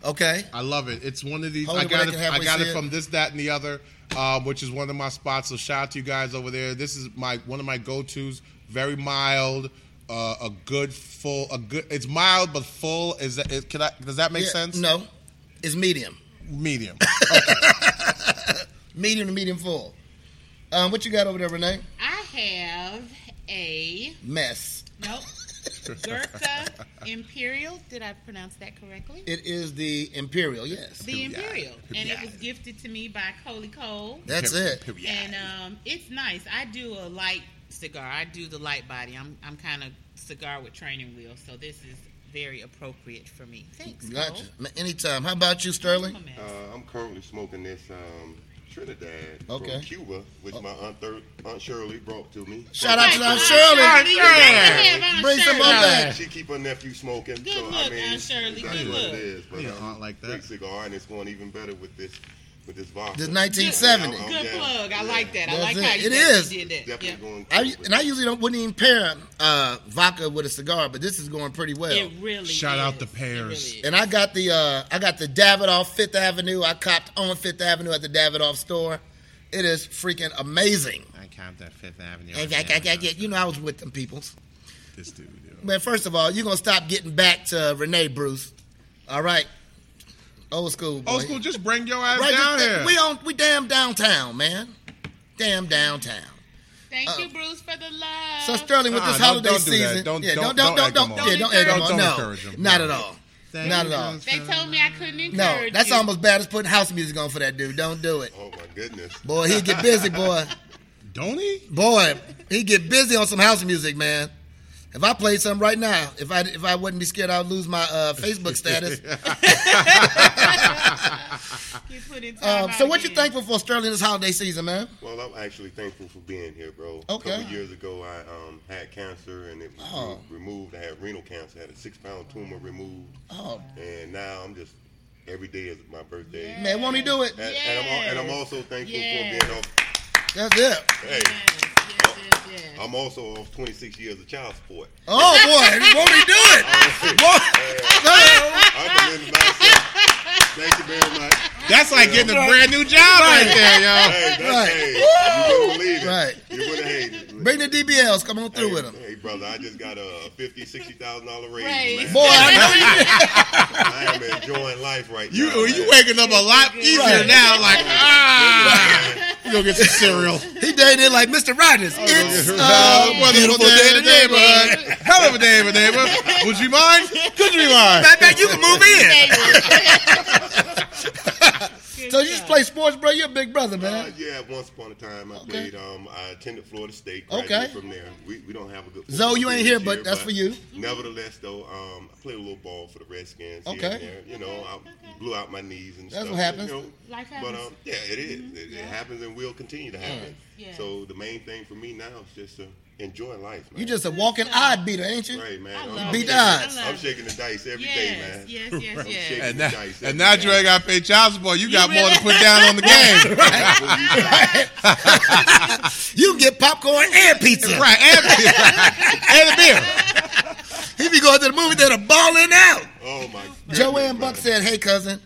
Okay.
I love it. It's one of these.
Hold
I
it
got
where they
it.
can
I
halfway
got
see
it
it.
from this, that, and the other, um, which is one of my spots. So shout out to you guys over there. This is my one of my go tos. Very mild. Uh, a good full. A good. It's mild but full. Is that? Is, can I? Does that make
Yeah,
sense?
No, it's medium,
Medium.
medium to medium full. Um, what you got over there, Renee?
I have a
Mess.
nope. Gurkha Imperial. Did I pronounce that correctly?
It is the imperial. Yes,
the Imperial, and it
Imperial.
was gifted to me by Coley Cole.
that's it.
Period.
And um, it's nice. I do a light cigar. I do the light body. I'm I'm kind of cigar with training wheels, so this is very appropriate for me. Thanks.
Gotcha.
Cole.
Man, anytime. How about you, Sterling?
Come
Uh,
on.
I'm currently smoking this um, Trinidad
Okay. Oh.
from Cuba, which my aunt, Thir- aunt Shirley brought to me.
Shout out to
Aunt
Aunt Shirley.
Shirley, you better have Aunt
Bring some
Shirley.
up there.
She keep her nephew smoking.
Good
so I
look,
mean,
Aunt Shirley,
that's
good
what
look.
it is. But,
Yeah,
um,
aunt like that.
Great cigar, and it's going even better with this with this vodka.
This 1970.
Yeah, I'm-
Good
yeah,
plug. I
yeah.
like that. I
That's
like
it.
how you
It
guys
is.
did that.
Definitely
Yep.
going.
I, and I usually don't wouldn't even pair uh, vodka with a cigar, but this is going pretty well.
It really
Shout out
is.
the
It
pears.
really is.
And I got the uh, I got the Davidoff Fifth Avenue. I copped on Fifth Avenue at the Davidoff store. It is freaking amazing.
I capped that Fifth Avenue.
Yeah, yeah, yeah, yeah. You know I was with them peoples.
This dude. Yo.
man, first of all, you're gonna stop getting back to Renee Bruce. All right, old school. Boy.
Old school, just bring your ass
Right,
down
just-
here.
We on we damn downtown, man. Damn downtown.
Thank
Uh,
you, Bruce, for the love.
So Sterling with
Uh-uh,
this
don't-
holiday
don't do that.
season,
Don't-
yeah,
don't- don't
don't don't
egg
don't
them
don't
on.
yeah, don't egg them
Don't-
on.
don't
No,
encourage them.
not
No.
at all.
Thank
Not at
you,
all.
Jones.
they told me I couldn't encourage
No, that's
you.
almost bad as putting house music on for that dude. Don't do it,
Oh my goodness.
boy. He get busy, boy.
Don't he?
Boy, he get busy on some house music, man. If I played some right now, if I if I wouldn't be scared, I'd lose my uh, Facebook status.
You put in time
Um,
out
so, what you
again.
thankful for, Sterling, this holiday season, man?
Well, I'm actually thankful for being here, bro.
Okay.
A couple years ago, I um, had cancer and it was
Oh.
re- removed. I had renal cancer, had a six pound tumor removed.
Oh,
And now I'm just, every day is my birthday.
Yeah.
man, won't he do it?
And, and I'm, al- and I'm
Yes.
also thankful
Yes.
for being off.
That's it.
Hey,
Yes, yes, yes, yes.
I'm also off 26 years of child support.
Oh boy, won't he do it? Won't-
I commend myself. Thank you very much.
That's like getting a brand new job right, there, yo.
Hey, that's,
Right.
hey, you wouldn't believe it.
Right.
You wouldn't hate it.
Bring the DBLs. Come on through
hey,
with him,
Hey, brother, I just got a fifty, sixty thousand dollar raise.
Raise.
man.
boy. I know you.
I am enjoying life right now.
You
man.
you waking up a lot easier
Right.
now. Like ah, you gonna get some cereal.
He dated like Mr. Rogers. It's
Uh,
a
wonderful
Um, beautiful day
in the
today, bud.
neighborhood. Hell of a day in the neighborhood. Would you mind? Could you mind?
Matter of fact, you can move in.
Good
So you just
stuff.
play sports, bro. You're a big brother,
Uh,
man.
yeah, once upon a time I
Okay.
played. Um, I attended Florida State.
Okay.
graduated From there, we, we don't have a good.
Zoe,
football
you
team
ain't here,
this
but that's for you.
Nevertheless, though, um, I played a little ball for the Redskins. here
Okay.
and there. You know, I blew out my knees and
That's
stuff.
what happens.
You know,
Life
But
happens. Mm-hmm.
um, yeah, it is. It, it happens and will continue to happen.
Yes.
So the main thing for me now is just to enjoy life. Man.
You just a walking odd beater, ain't you?
right, man.
I
I'm-
love
I'm
Beat
it.
the
shaking-
odds.
I love
I'm
it.
shaking the dice every day,
Yes,
man.
yes, yes, yes.
shaking
And
the
now,
dice
and
every
now
day.
you ain't got to pay child support. You got
really-
more to put down on the game,
You can get popcorn and pizza.
right? And, and a beer.
He be going to the movie theater balling out.
Oh my. goodness,
Joanne Buck
brother.
said, "Hey cousin,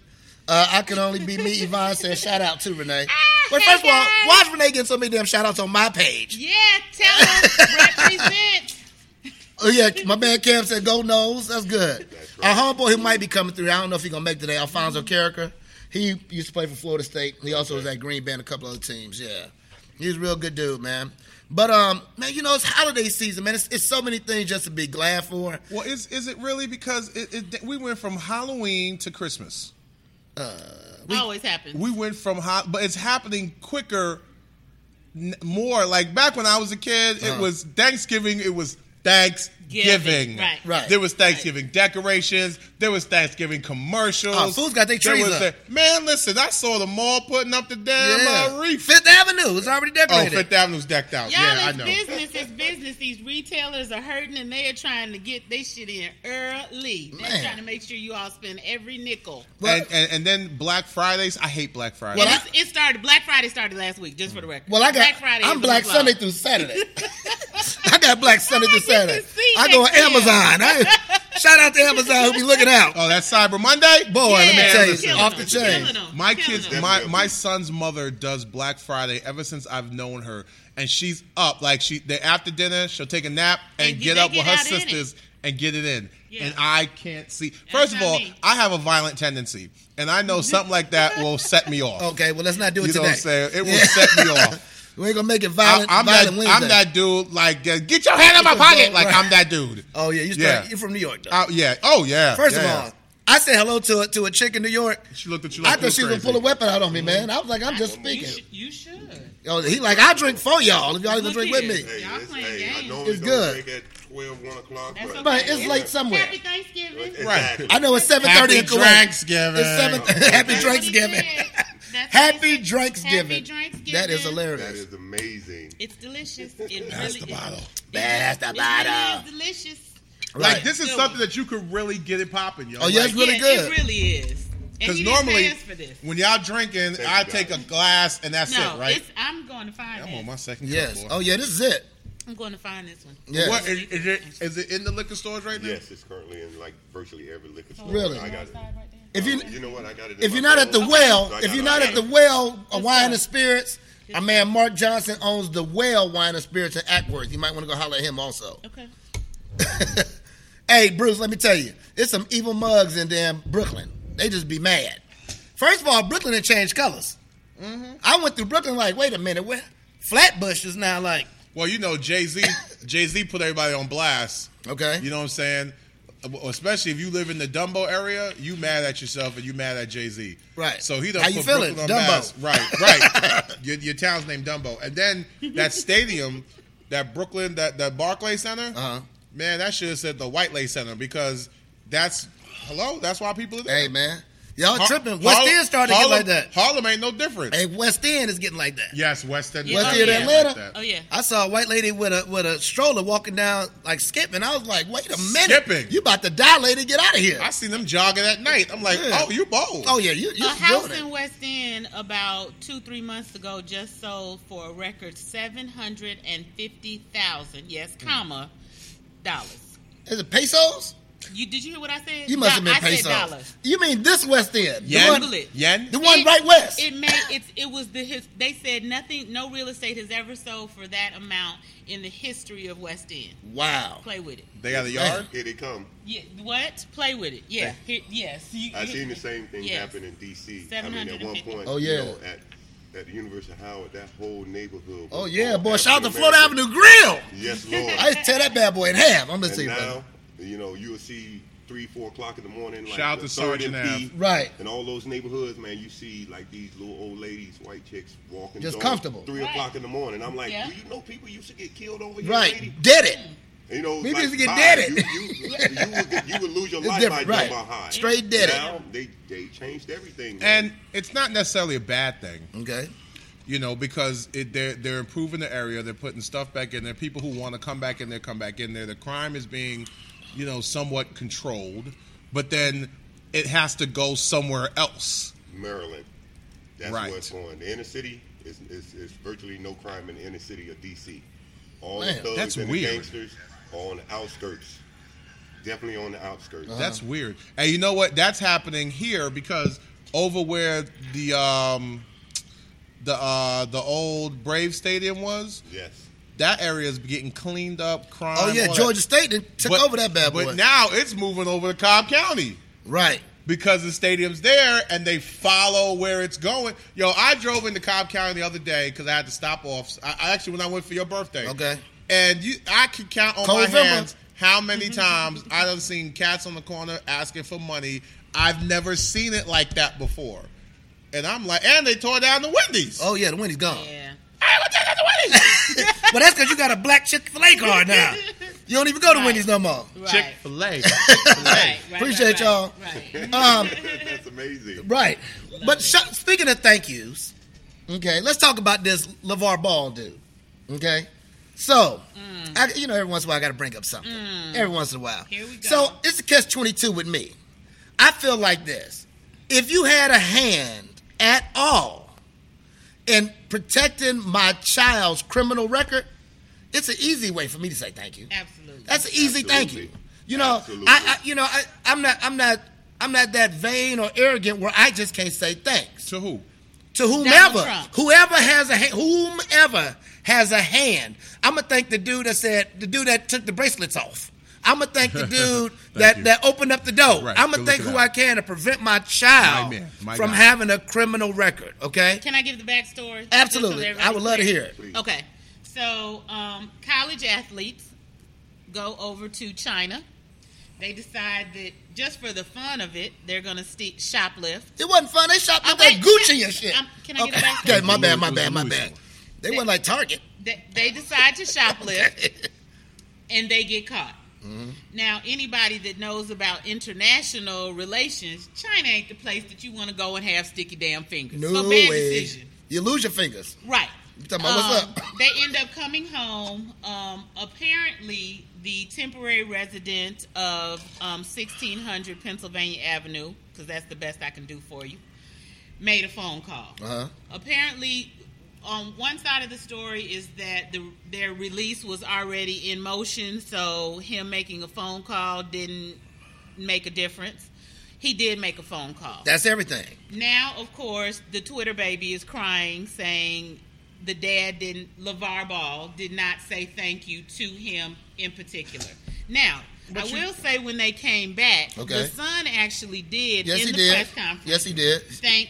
uh, I can only be me." Yvonne said, "Shout out to Renee."
Ah,
But first of all,
hey,
why is Renee getting so many damn shout outs on my page?
Yeah, tell them. represent.
Oh yeah, my man Cam said, "Go nose." That's good.
That's right.
Our homeboy who might be coming through. I don't know if he's gonna make today. Alfonso Carricker. He used to play for Florida State. He also was at Green Bay and a couple other teams. Yeah, he's a real good dude, man. But um, man, you know it's holiday season, man. It's, it's so many things just to be glad for.
Well, is is it really because it, it, we went from Halloween to Christmas?
Always happens.
We went from hot, but it's happening quicker, n- more. Like back when I was a kid,
Uh-huh.
it was Thanksgiving. It was Thanksgiving.
Giving, right.
Right.
There was Thanksgiving decorations. There was Thanksgiving commercials.
Oh, fools got they
There
trees
was
up.
the- man, listen, I saw the mall putting up the damn uh, reef.
Fifth Avenue is already
Oh,
decorated.
Fifth Avenue's decked out.
Y'all,
yeah, I
it's
know.
business. It's business. These retailers are hurting, and they are trying to get they shit in early. They're
Man.
trying to make sure you all spend every nickel.
Well-
and, and and then Black Fridays. I hate Black Fridays.
Well, I-
It's- it started. Black Friday started last week, just for the record.
Well, I got.
Black Friday.
I'm
is
Black
a
Sunday
flop.
through Saturday. I got Black Sunday through
like you can
Saturday.
see
I go on
next year.
Amazon. I, shout out to Amazon who be looking out.
oh, that's Cyber Monday,
Boy, let me
Yeah,
tell you,
killing
off the
them,
chain.
killing them,
My
killing
kids,
them.
my my son's mother does Black Friday ever since I've known her, and she's up like she. They after dinner, she'll take a nap and,
And
get
get- they
up with
get
her
out in it.
sisters and get it in.
Yeah.
And I can't see. First of
not
all,
me.
I have a violent tendency, and I know something like that will set me off.
Okay, well let's not Oh, do it
You know
today.
what I'm saying? It will set me off.
We ain't gonna make it
I,
violent.
am that.
violent Wednesday.
I'm that dude. Like, uh, get get your hand out my
Get your
pocket.
dog
Like,
right.
I'm that dude.
Oh yeah, you
Yeah.
start, you're from New York though.
Oh yeah. Oh yeah.
First
Yeah.
of all, I said hello to a, to a chick in New York.
she looked at you. Like,
I thought she was gonna
crazy.
pull a weapon out on me, man. I was like, I'm just
You,
speaking.
sh- you should.
Oh, he like, I'll drink for y'all if y'all even
Look
drink with
here.
me.
Hey,
Y'all
it's,
playing
hey, I
games.
normally
It's
don't
good.
drink at 12, 1 o'clock.
That's okay.
But it's late somewhere.
Happy Thanksgiving.
Exactly.
Right.
I know it's seven thirty in
Happy
Kuwait.
Thanksgiving.
It's seven.
That's
happy
what he
Thanksgiving.
said. That's what he
Happy
said. Happy
Drinksgiving.
Drinksgiving.
That is hilarious.
That is amazing.
It's delicious. It
That's
really
the bottle.
Is.
That's the
It really
bottle.
is delicious.
Right.
Like this is
Good
something
one.
that you could really get it popping, yo.
Oh, yeah,
Like,
It's really
yeah,
good.
It really is.
Because
Because
normally,
for this.
when y'all drinking,
Thank
I
you,
take a
guys.
glass and that's
No,
it, right?
it's, I'm going to find
I'm
this.
on my second.
Yes.
Cup, boy.
Oh yeah, this is it.
I'm going to find this one.
Yes.
What is, is it? Is it in the liquor stores right now?
Yes, it's currently in like virtually every liquor store.
Really?
I got it. Oh,
If you
You know what? I got it. in
if
my
you're not at the
phone.
well,
I
if
got
you're
it.
not
I
at the
got it.
well of wine
go.
and spirits, our man Mark Johnson owns the well wine and spirits in Ackworth. You might want to go holler at him also.
Okay.
Hey, Bruce, let me tell you, there's some evil mugs in damn Brooklyn. They just be mad. First of all, Brooklyn had changed colors. I went through Brooklyn like, wait a minute, where Flatbush is now like,
Well, you know, Jay Z, Jay Z put everybody on blast.
okay,
You know what I'm saying? Especially if you live in the Dumbo area, you mad at yourself and you mad at Jay Z.
Right.
So he done
How
put
you feeling?
Brooklyn on
Dumbo.
blast. Right. Right. your, your town's named Dumbo, and then that stadium, that Brooklyn, that that Barclay Center.
Uh-huh.
Man, that should have said the White Lay Center because that's hello. That's why people are there.
hey man, y'all
Har-
tripping. West
Harlem-
End started to get
Harlem-
like that.
Harlem ain't no different.
Hey, West End is getting like that.
Yes, West End.
Yeah. West
West
End,
Atlanta.
Oh yeah.
I saw a white lady with a with a stroller walking down like skipping. I was like, wait a minute,
Skipping.
you about to die, lady? Get out of here!
I seen them jogging at night. I'm like,
Yeah.
oh, you bold.
oh yeah, you you
a house
doing
in
it.
West End about two, three months ago just sold for a record seven hundred and fifty thousand. Yes,
Hmm.
comma dollars.
Is it pesos?
You did you hear what I said?
You must have
Do-
been
I
pesos.
said dollars.
You mean this West End?
Yen.
The one,
Google it.
Yen.
the one
It-
right west.
It made it's it was the his, they said nothing no real estate has ever sold for that amount in the history of West End.
wow.
Play with it.
They got a yard.
Here they come.
Yeah, what? Play with it. Yeah. Here, yes. You,
I seen the same thing
Yes.
happen in D.C. I mean, at one
750.
point,
Oh,
you
yeah.
know, at at the University of Howard, that whole neighborhood. was
Oh yeah,
all
boy! Shout out to
African
Florida
American.
Avenue Grill.
Yes, Lord.
I used to tear that bad boy in half. I'm gonna
and
see
now, you know, you'll see three, four o'clock in the morning. Like
Shout out to
the third
Sergeant
and
Ave.
P,
Right.
In all those neighborhoods, man, you see like these little old ladies, white chicks walking.
Just
dogs,
comfortable.
Three
Right.
o'clock in the morning. I'm like,
Yeah.
do you know people used to get killed over here?
Right,
lady?"
did it.
You know,
We
like,
used to get
bye.
deaded.
You, you, you would, get- you would lose your
It's
life by
different, right?
Jumbo High.
Straight deaded.
Now they they changed everything. man.
And it's not necessarily a bad thing,
Okay.
you know, because it, they're they're improving the area. They're putting stuff back in there. People who want to come back in there come back in there. The crime is being, you know, somewhat controlled, but then it has to go somewhere else.
Maryland. That's
Right.
where it's going. The inner city is, is, is virtually no crime in the inner city of DC. All
Man,
the thugs
that's
and
weird.
the gangsters are on the outskirts. Definitely on the outskirts.
Uh-huh.
That's weird. And you know what? That's happening here because over where the um the uh the old Brave Stadium was,
Yes.
that area is getting cleaned up. Crime.
Oh yeah,
all that.
Georgia State done took
But-
over that bad boy.
But now it's moving over to Cobb County
right.
because the stadium's there and they follow where it's going. Yo, I drove into Cobb County the other day because I had to stop off. I, I actually when I went for your birthday.
Okay.
And you, I can count on my
Cold November.
hands how many times I have seen cats on the corner asking for money. I've never seen it like that before. And I'm like, and they tore down the Wendy's.
Oh yeah, the wind is gone.
Yeah.
Hey, what the hell, the Wendy's?
Well, that's because you got a black Chick Fil A card now. You don't even go to
Right.
Wendy's no more.
Right.
Chick Fil A.
Right, right, right,
Appreciate y'all.
Right.
Um,
That's amazing.
right. But sh- speaking of thank yous, okay, let's talk about this LeVar Ball dude. Okay, so I, you know, every once in a while I got to bring up something. Every once in a while.
Mm. Here we go.
So it's a catch twenty two with me. I feel like this: if you had a hand at all in protecting my child's criminal record, it's an easy way for me to say thank you.
Absolutely.
That's an easy thank you.
Absolutely.
You know,
Absolutely.
I, I you know I, I'm not I'm not I'm not that vain or arrogant where I just can't say thanks
to who?
to whomever
Trump.
whoever has a hand, whomever has a hand. I'm gonna thank the dude that said the dude that took the bracelets off. I'm gonna thank the dude that,
you.
that opened up the door.
Right,
I'm
go
gonna
look
thank
it
who
up.
I can to prevent my child
My man, my
from
guy.
having a criminal record. Okay,
Can I give the backstory? Just so
absolutely.
everybody's
I would love to
clear?
hear it.
Okay. So, um, college athletes go over to China. They decide that just for the fun of it, they're going to st- shoplift.
It wasn't fun. They shot
Oh,
with that
wait,
Gucci
can-
and shit.
um, can I get
okay.
it back?
Okay, my bad, my
Louis-
bad, my
Louis-
bad. They weren't like Target.
They, they decide to shoplift and they get caught.
Mm-hmm.
Now, anybody that knows about international relations, China ain't the place that you want to go and have sticky damn fingers.
No
so, bad
way.
decision.
You lose your fingers.
Right.
You talking about what's
Um,
up?
They end up coming home. Um, apparently, the temporary resident of um, 1600 Pennsylvania Avenue, because that's the best I can do for you, made a phone call.
Uh-huh.
Apparently, on one side of the story is that the, their release was already in motion, so him making a phone call didn't make a difference. He did make a phone call.
That's everything.
Now, of course, the Twitter baby is crying, saying the dad didn't, LeVar Ball did not say thank you to him in particular. Now, I will say when they came back,
Okay.
the son actually did
Yes,
in
he
the
did.
press conference
Yes, he did.
thank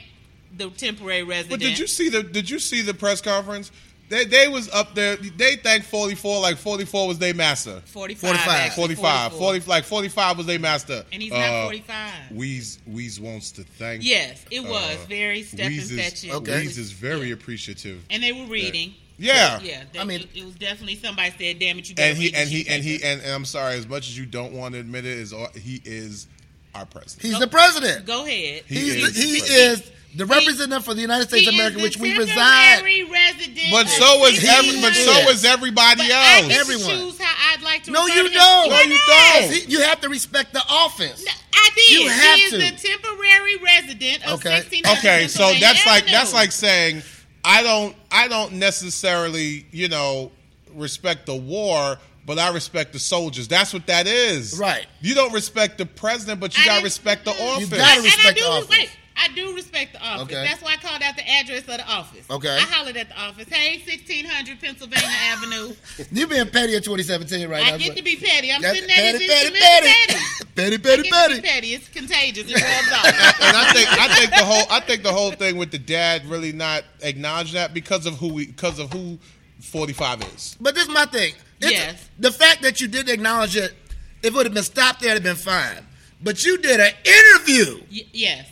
the temporary
But
resident.
did you see the did you see the press conference? They they was up there. They thanked 44 like 44 was their master.
45.
45.
actually,
45,
44.
40 like 45 was their master.
And he's not
Uh,
45.
Weez Weez wants to thank.
Yes,
uh,
it was very step and
Weez
fetch.
is,
it.
Okay.
Weez is very appreciative.
And they were reading.
Yeah.
Yeah,
I
I
mean-
mean, it was definitely somebody said, "Damn it, you." better
And he
read
and
the
he
shit
and
back
he
there."
and, and I'm sorry, as much as you don't want to admit it, is all- he is our president.
He's the president.
Go ahead.
He
He's
is
the,
the
he
president.
is the representative for the United States of
He is
America,
the
which we reside.
temporary resident.
but
of
so is
Texas.
every, but so
Yeah.
is everybody
But I
else.
get to
Everyone.
choose how I'd like to.
No,
refer
you
to
don't.
him.
No,
Why
you
not?
don't.
See, you have to respect the office.
No, I did.
You have
he is
to.
the temporary resident of
Okay.
1600
Okay, so
Pennsylvania
that's like
Avenue.
that's like saying I don't I don't necessarily you know respect the war, but I respect the soldiers. That's what that is.
Right.
You don't respect the president, but you
I
gotta
didn't-
respect the
You
office.
gotta
And I
respect
do
the
re-
office.
wait, I do respect the office.
Okay.
That's why I called out the address of the office.
Okay.
I hollered at the office. Hey, 1600 Pennsylvania Avenue.
You're being petty in 2017 right now.
I get to be petty. I'm
That's
sitting there
petty,
just
petty,
Mr.
petty.
petty.
petty, petty,
I get to
petty.
be petty. It's contagious. It rubs off.
and I think I think the whole I think the whole thing with the dad really not acknowledging that because of who we because of who forty five is.
But this is my thing. It's-
Yes.
The fact that you didn't acknowledge it, if it would have been stopped there, it'd have been fine. But you did an interview,
Y- yes.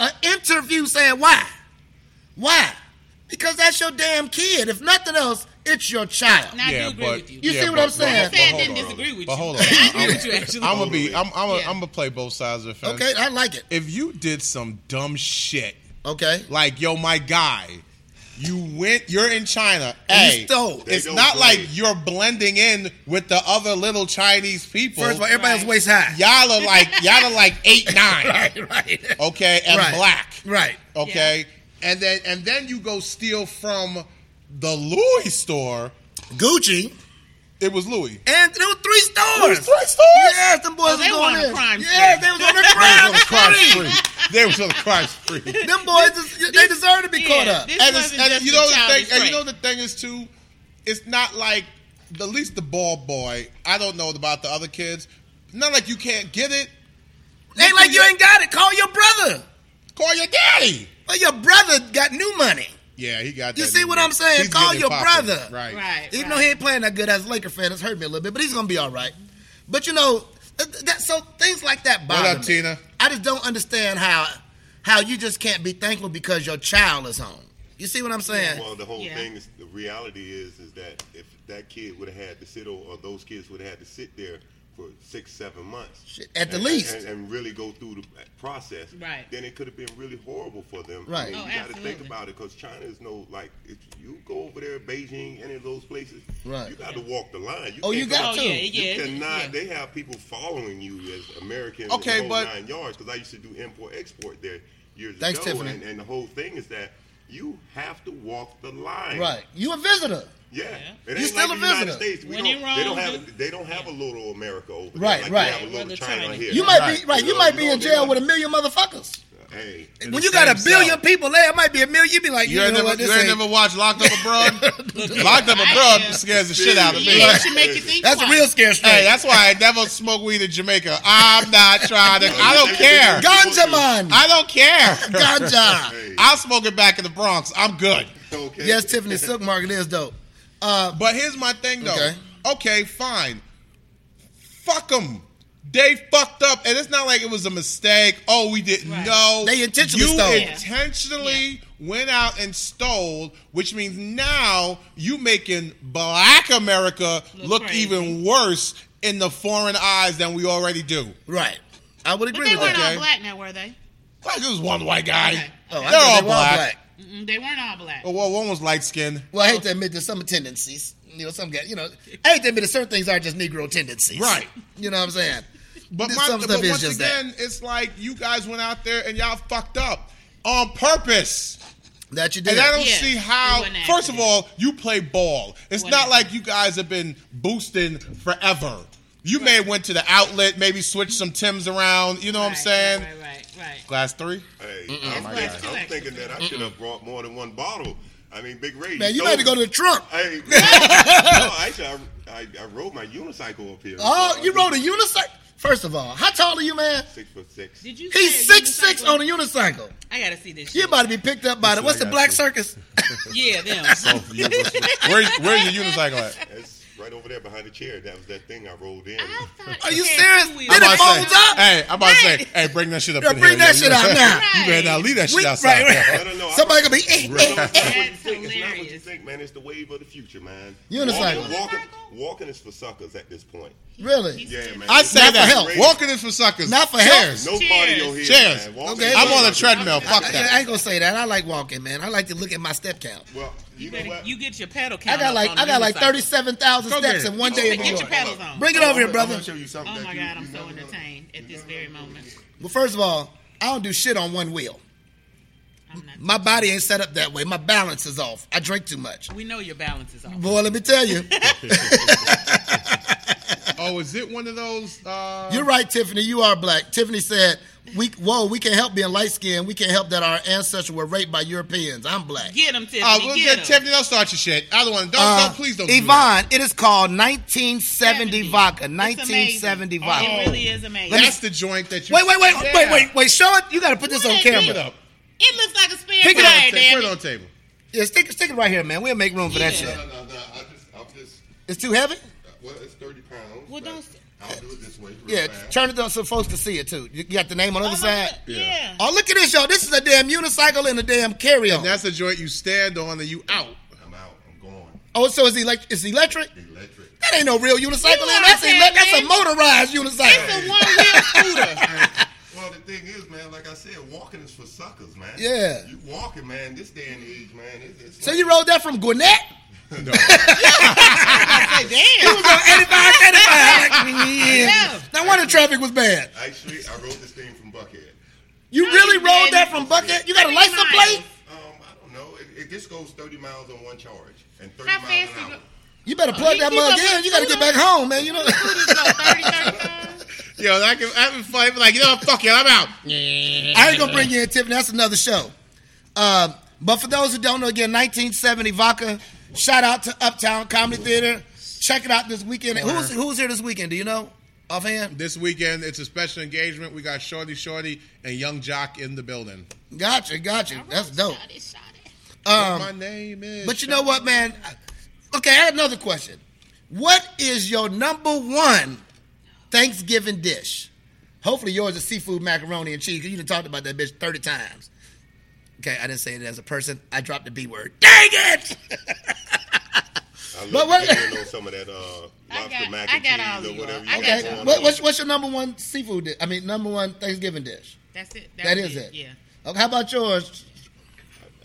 an interview saying why, why? Because that's your damn kid. If nothing else, it's your child.
And I
Yeah,
do agree
but-
with you.
You
Yeah,
see what
but-
I'm
I
saying?
didn't say I
But
didn't
hold on.
disagree with
But
you.
hold on.
I agree with you, actually.
I'm gonna be I'm I'm
Yeah.
am gonna play both sides of the fence.
Okay, I like it.
If you did some dumb shit
Okay.
like yo my guy you went you're in china
And
hey
you stole.
They
it's
don't
not
play.
like you're blending in with the other little chinese people
First of all, everybody's
Right.
waist high.
y'all are like y'all are like eight nine
Right, right.
okay and
Right.
black
Right.
okay and then and then you go steal from the louis store
Gucci.
it was louis
And there were three
It
stores.
was three stores?
Yes, them boys
Oh, they
was
were
going
on a
in.
crime
yeah,
spree.
they was on a
they was on the
crime
crime
spree.
spree they was on the crime spree
Them boys, is- they deserve to be
Yeah,
caught up.
this
and, it's,
wasn't
and
just
you
a
know the
childish
thing, and you
prank.
know the thing is too, it's not like the- at least the ball boy. I don't know about the other kids. Not like you can't get it.
Ain't like you ain't got it. Call your brother.
Call your daddy.
Well, your brother got new money.
Yeah, he got.
You
that
see
new
what
money.
I'm saying?
He's
Call
getting
your
it poppin'.
brother.
Right.
Right.
Even
right.
though he ain't playing that good as a Laker fan, it's hurt me a little bit, but he's gonna be all right. But you know, th- that, so things like that bother
up,
me.
Tina?
I just don't understand how how you just can't be thankful because your child is home. You see what I'm saying?
Well, the whole
Yeah.
thing is the reality is is that if that kid would have had to sit or, or those kids would have had to sit there for six, seven months
Shit, at the
and-
least.
and, and really go through the process,
Right.
Then it could have been really horrible for them. I
Right.
mean,
Oh,
you got to think
absolutely.
about it because China is no like if you go over there, Beijing, any of those places,
Right.
You got to walk the line.
Oh, you
can't
got
Oh
to.
yeah, yeah.
you cannot.
yeah.
They have people following you as Americans.
Okay,
the whole
but-
nine yards. Because I used to do import export there years
Thanks,
ago,
Tiffany.
and, and the whole thing is that you have to walk the line.
Right. You a visitor.
Yeah.
Yeah.
You
It ain't
still
like
a
the United
visitor.
States. We
When
don't,
you're
they
wrong,
don't have.
you-
they don't have a little America over
Right,
there.
right.
Like We have a
Well,
little
the
China,
China.
here.
You might be
Right.
right, you
No,
might be
no,
in jail
no.
with a million motherfuckers.
Hey.
when you got a
same
billion
cell.
people there, it might be a million. You'd be like,
You
you
ain't
know
never,
what,
you
this
ain't
ain't.
never watched Locked Up Abroad. Locked Up
I
Abroad
am-
scares the shit out of me.
Yeah, it should make you think.
That's a
twice.
real scare straight.
Hey, that's why I never smoke weed in Jamaica. I'm not trying to. I don't care.
ganja man.
I don't care.
Ganja.
Hey.
I'll smoke it back in the Bronx. I'm good.
Okay.
yes, Tiffany Silk Market is dope. Uh,
But here's my thing though.
Okay.
Okay, fine. Fuck them. They fucked up, and it's not like it was a mistake. Oh, we didn't
Right.
know.
They intentionally
you
stole.
intentionally went out and stole, which means now you making Black America
Look
look
crazy.
even worse in the foreign eyes than we already do.
right. I would
But
agree
they
with
weren't
that.
Okay.
all black now, were they?
Like it was one white guy.
Okay.
Oh, I
They're
thought
all
they were all
black.
black.
Mm-mm, they weren't all black.
Oh, well, one was light skinned.
Well, I hate to admit there's some tendencies. You know, some guy. You know, I hate to admit that certain things are just Negro tendencies.
Right.
You know what I'm saying?
But,
This-
my,
some
but
stuff is
once
just
again, it's like you guys went out there and y'all fucked up on purpose.
that. That you did.
And I don't
Yeah.
see
It
how.
wasn't an
First of
accident.
all, you play ball. It's
Wasn't
not
an
like you guys have been boosting forever. You may have went to the outlet, maybe switched some Tims around. You know what I'm
Right,
saying?
Right, right, right. right.
Glass three.
Hey, I'm,
It's
thinking-
like two
I'm
extra
thinking that I should have brought more than one bottle. I I mean, Big Ray.
Man, you
stole-
better go to the trunk.
I, no, actually, I, I, I rode my unicycle up here.
Oh,
So I
you
was
rode a unicycle? First of all, how tall are you, man?
Six foot six.
Did you?
He's
say a
six six
unicycle?
on a unicycle.
I gotta see this.
You
shit.
about to be picked up by the what's the
I got
black
you.
circus?
Yeah, them.
Where, where's your unicycle at?
That's right over there behind the chair. That was that thing I rolled in.
I thought
Are you
had
serious?
two-wheeler.
Then
I'm
it
about to
folds
say,
up.
hey, I'm about to say,
Right.
hey, bring that shit up
Yeah,
in
bring
here.
that shit out now.
You better not leave that
We-
shit outside.
right,
No, no, no. I-
Somebody gonna be. Eh,
No,
eh,
no, it's not what you
That's
think. It's not what you
hilarious.
think, man. It's the wave of the future, man.
Unicycle.
Walking, walking, walking is for suckers at this point.
eh. Really?
He's
Yeah,
still-
man.
I
It's
say
Not for
that.
help.
Walking is for suckers.
Not for
Cares.
No
Cheers.
cardio here.
Cheers.
Man. Walking
Okay.
is
I'm
for
on a
suckers.
treadmill. Fuck
I, I
that.
ain't gonna say that. I like walking, man. I like to look at my step count.
Well, you know
better-
what?
You get your pedal
I
count.
got
up
like
on
I
the
got like
unicycle.
thirty seven thousand
Go
steps
get it.
in one day. in
Get
New
your
York.
pedals on.
Bring it over here,
I'm
brother.
gonna show you something.
Oh
that
my
you-
God, I'm
you
so
never know.
entertained at this very moment.
Well, first of all, I don't do shit on one wheel.
I'm not.
My body ain't set up that way. My balance is off. I drink too much.
We know your balance is off.
Boy, let me tell you.
Oh, is it one of those? Uh,
You're right, Tiffany. You are black. Tiffany said, "We whoa, we can't help being light skinned. We can't help that our ancestors were raped by Europeans. I'm black."
Get them, Tiffany.
Oh, we'll
get
get
'em.
Tiffany. Don't start your shit. I don't want. Don't.
Uh,
don't Oh, please don't. do that.
Yvonne, it is called 1970 vodka.
It's
1970
amazing.
vodka.
Oh.
It really is amazing.
That's the joint that you.
Wait, wait, wait,
Yeah.
wait, wait, wait. Show it. You got to put this
What
on
that
camera.
Put it up.
It looks like a spare
Pick it
Put it on
tire,
the ta-
damn
Put it on
it.
the table.
Yeah, stick, stick it right here, man. We'll make room for that
Yeah.
shit.
No, no, no. I just, I'm just. uh,
It's too heavy.
Well, it's 30 pounds.
Well,
but
don't-
I'll do it this way. real
Yeah,
fast.
turn it down so folks can see it too. You got the name on the
Oh,
other
my
Uh-huh.
side.
God. Yeah.
Oh, look at this, y'all. This is a damn unicycle and a damn carry-on.
That's the joint you stand on and you out.
I'm out. I'm going.
Oh, so it's elect- it's electric.
Electric.
That ain't no real unicycle.
You
man. That's,
are
ele- that's a
man.
motorized unicycle.
It's a one wheel scooter.
Well, the thing is, man, like I said, walking is for suckers, man.
Yeah.
You walking, man, this day and age, man. It's, it's
So
like-
you rode that from Gwinnett?
I said,
It
damn.
was on 85, 85. Like, yeah.
Yeah.
No wonder traffic was bad.
Actually, I rode this thing from Buckhead.
You
No,
really
you
rode
didn't.
that from Buckhead? You got a
Thirty
license
miles.
plate?
Um, I don't know. It, it just goes 30 miles on one charge and 30
How
miles
fast
an
you
hour.
go-
You better plug
you
that
keep
mug
up with
in. You got to
the
get back home, man. You know.
Scooters go 30, 35.
Yo, and I can, I can fight like you know, what, fuck it, I'm out.
I ain't gonna bring you in, Tiffany. That's another show. Um, but for those who don't know, again, 1970 Vodka. Shout out to Uptown Comedy Theater. Check it out this weekend. Who's who's here this weekend? Do you know offhand?
This weekend, it's a special engagement. We got Shorty, Shorty, and Young Jock in the building.
Gotcha, gotcha. That's dope.
Shot it, shot it.
My name is.
Um, But you know what, man? Okay, I have another question. What is your number one Thanksgiving dish? Hopefully, yours is seafood macaroni and cheese. Cause you done talked about that bitch thirty times. Okay, I didn't say it as a person. I dropped the B word. Dang it!
I love
But what-
to get in on some of that uh, lobster
I got-
mac
I
and
got all
cheese
you
or whatever.
are.
you
I
got
got
Okay,
going
what,
on.
what's what's your number one seafood? Dish? I mean, number one Thanksgiving dish.
That's it.
That is it.
Yeah.
Okay, how about yours?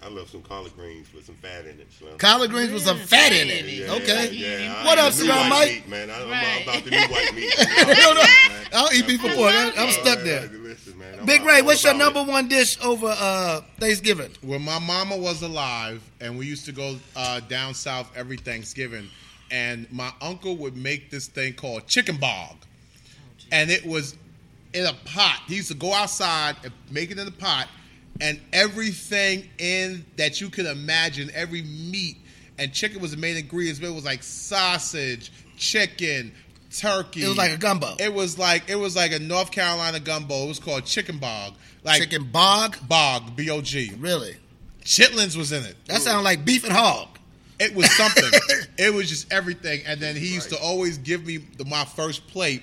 I love some collard greens with some fat in it. Slim.
Collard greens with some fat in it.
Yeah,
Okay.
yeah, I
What
eat
up,
the new
Saran
white
Mike?
Meat, man, I,
Right.
am all about the new white meat.
No, no,
Man.
I'll eat beef before. I'm I'm stuck
Oh,
there.
man, listen, man, I'm
Big
all-
Ray,
I'm
what's your
about it.
number one dish over uh, Thanksgiving?
when my mama was alive and we used to go uh, down south every Thanksgiving, and my uncle would make this thing called chicken bog,
Oh,
and it was in a pot. He used to go outside and make it in the pot, and everything in that you could imagine, every meat and chicken was the main ingredients. But it was like sausage, chicken. Turkey.
It was like a gumbo.
It was like it was like a North Carolina gumbo. It was called chicken bog. Like
Chicken bog?
bog, b o g.
Really?
Chitlins was in it.
That sounds like beef and hog.
It was something. it was just everything. And then he used to always give me the, my first plate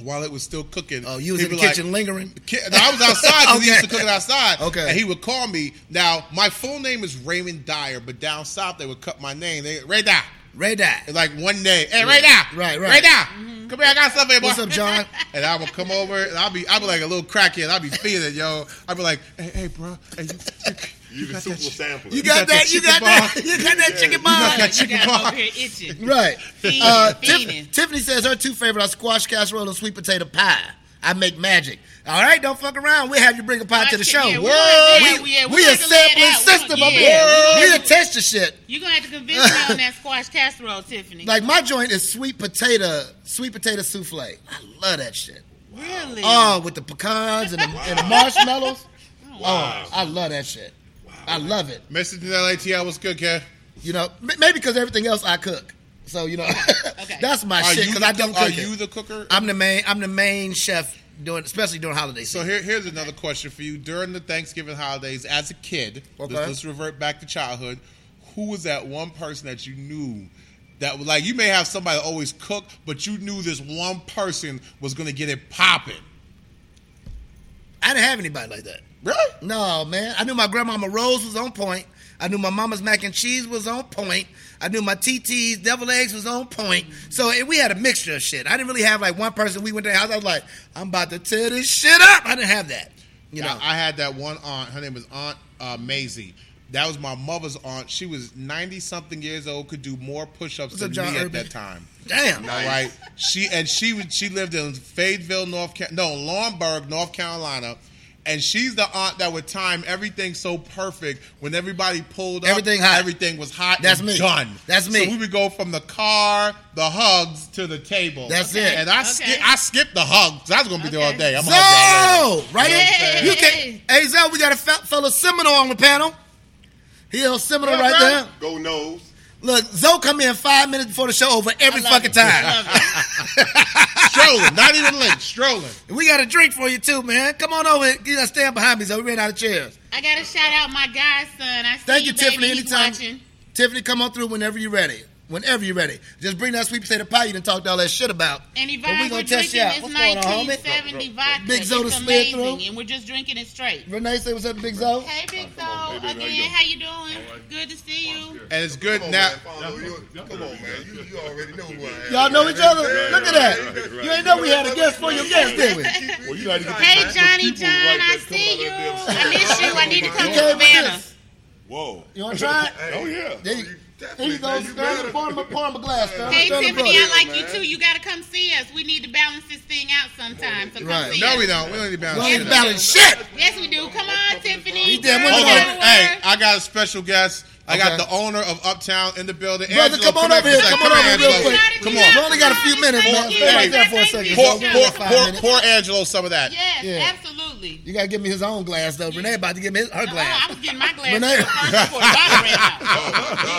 while it was still cooking.
Oh, you was
He'd
in the
be like,
kitchen lingering.
"Ki- no, I was outside because he used to
Okay.
cook it outside.
Okay.
And he would call me. Now, my full name is Raymond Dyer, but down south they would cut my name. They Ray Dyer.
Ray
It's
Dye.
like one day. Hey, Ray Dyer.
Right, right.
Ray Dyer. Come here, I got something, boy.
What's up, John?
And I would come over and I'll be I'll be like a little crackhead. I'll be feeling it, yo. I'll be like, hey, hey, bro. Hey, you, you,
You the
got
super
that shit.
sampler.
You got,
got that
that? You
chicken
got that?
bog?
You got that chicken
got
bog?
that
You
chicken
got
bog.
over here itching.
Right.
Fiending,
Uh,
fiending.
Tiff- Tiffany says her two favorite are squash casserole and sweet potato pie. I make magic. All right, don't fuck around. We'll have you bring a pie to the show.
Yeah, we
Word.
gonna- yeah,
we,
we- yeah, we
we a
gonna let it
sampling
out. We
system
gonna-
up
yeah.
here. We a test your shit.
You're going to have to convince me on that squash casserole, Tiffany.
Like my joint is sweet potato, sweet potato souffle. I love that shit.
really?
Oh, with the pecans and the, and the marshmallows.
Wow.
I love that shit.
wow.
I love it.
Message in LATL was good, Kev.
You know, m- maybe because everything else I cook. So you know, that's my
Are
shit
you
because
the
I don't
cook-
cook.
are
it.
you the cooker?
I'm the main. I'm the main chef doing, especially during holiday
So
season.
here, here's another question for you. During the Thanksgiving holidays, as a kid,
Okay.
let's, let's revert back to childhood. Who was that one person that you knew that was like you may have somebody that always cook, but you knew this one person was gonna get it popping?
I didn't have anybody like that.
Really?
No, man. I knew my grandmama Rose was on point. I knew my mama's mac and cheese was on point. I knew my TT's devil eggs was on point. So and we had a mixture of shit. I didn't really have like one person. We went to the house. I was like, I'm about to tear this shit up. I didn't have that. You know.
I, I had that one aunt. Her name was Aunt uh, Maisie. That was my mother's aunt. She was ninety something years old. Could do more push ups
up,
than me
John
at
Irving?
that time.
Damn.
All right. She and she was she lived in Fayetteville, North Ca- no Longburg, North Carolina, and she's the aunt that would time everything so perfect when everybody pulled up.
Everything hot.
Everything was hot.
That's
and
me.
Done.
That's me.
So we would go from the car, the hugs to the table.
That's it.
And I
Okay.
skip I skipped the hugs. I was gonna be there all
Okay.
day. I'm
So,
a hug guy later.
right?
Hey.
You can, hey, Zell, we got a fe- fellow Seminole on the panel. He a Seminole
What
right
up, bro?
there.
Go nose.
Look, Zoe come in five minutes before the show over every
I love
fucking
it. I
time.
love it.
Strolling, not even late. Strolling.
We got a drink for you too, man. Come on over. You gotta stand behind me, Zoe. We ran out of chairs.
I gotta shout out my godson. I see
Thank you,
baby.
Tiffany.
He's
Anytime.
watching.
Tiffany, come on through whenever you're ready. Whenever you're ready. Just bring that sweet potato pie you done talked all that shit about.
And
But
Yvonne, we are drinking this
What's going on, homie?
1970 vodka.
Big Zoe to
it's
spit
amazing,
through.
and we're just drinking it straight.
Renee, say what's up, Big Zoe.
Hey, Big Zoe.
on, hey,
Again,
baby, how
how you doing? Good to see you.
And it's good
Come on,
now.
man. Follow you- Come on, man. You, you already know who I am.
Y'all know each other? Look at that.
Right, right,
You ain't know we had a
right.
guest for your guest, did we?
Well, you
Hey, Johnny John, I see you. I miss you. I need to come to Savannah.
Whoa.
You wanna try it?
Oh yeah.
There you-
Definitely,
Here you go,
man. You better.
stir. Pour him a, pour him a glass, stir.
Hey,
Stir the
Tiffany,
butter.
I like
man.
you too. You gotta come see us. We need to balance this thing out sometime. So come
Right.
see
No,
us.
we don't. We don't need to balance.
We ain't
it out.
balance shit.
Yes, we do. Come on, Tiffany.
He did.
Girl, you
Hold
Hold
on.
gotta
on.
work.
Hey, I got a special guest. I got
Okay.
the owner of Uptown in the building.
Brother,
Angela,
come on over
for a
here.
second.
Come on over here real
Angela.
quick.
Come
We
on.
only got a few minutes, man.
Thank you.
Stay right there for a
Thank
second.
you.
Pour-
Pour,
Thank you.
pour,
Five
pour,
minutes.
pour Angelo some of that.
Yes,
Yeah.
absolutely.
You gotta give me his own glass though. Renee about to give me his, her
Oh, I was
glass.
getting my glass
Renee-
first for a bottle right now.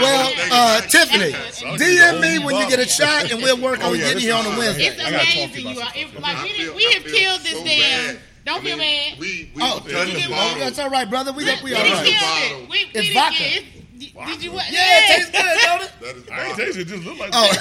Well, uh, Tiffany,
That's
DM me when you get a shot, and we'll work on getting here on a Wednesday.
It's amazing you are. If, like we, did, we have killed this damn. Don't feel bad. We,
We we
Oh,
done the
oh, that's
bottle.
all right, brother. We got we
we
all
done
right.
killed it. We, we
It's
done
vodka.
killed it. Did, did you? What?
Yeah, it tastes good, don't it?
That is
I ain't
bottle.
tasting it. Just look like
Oh.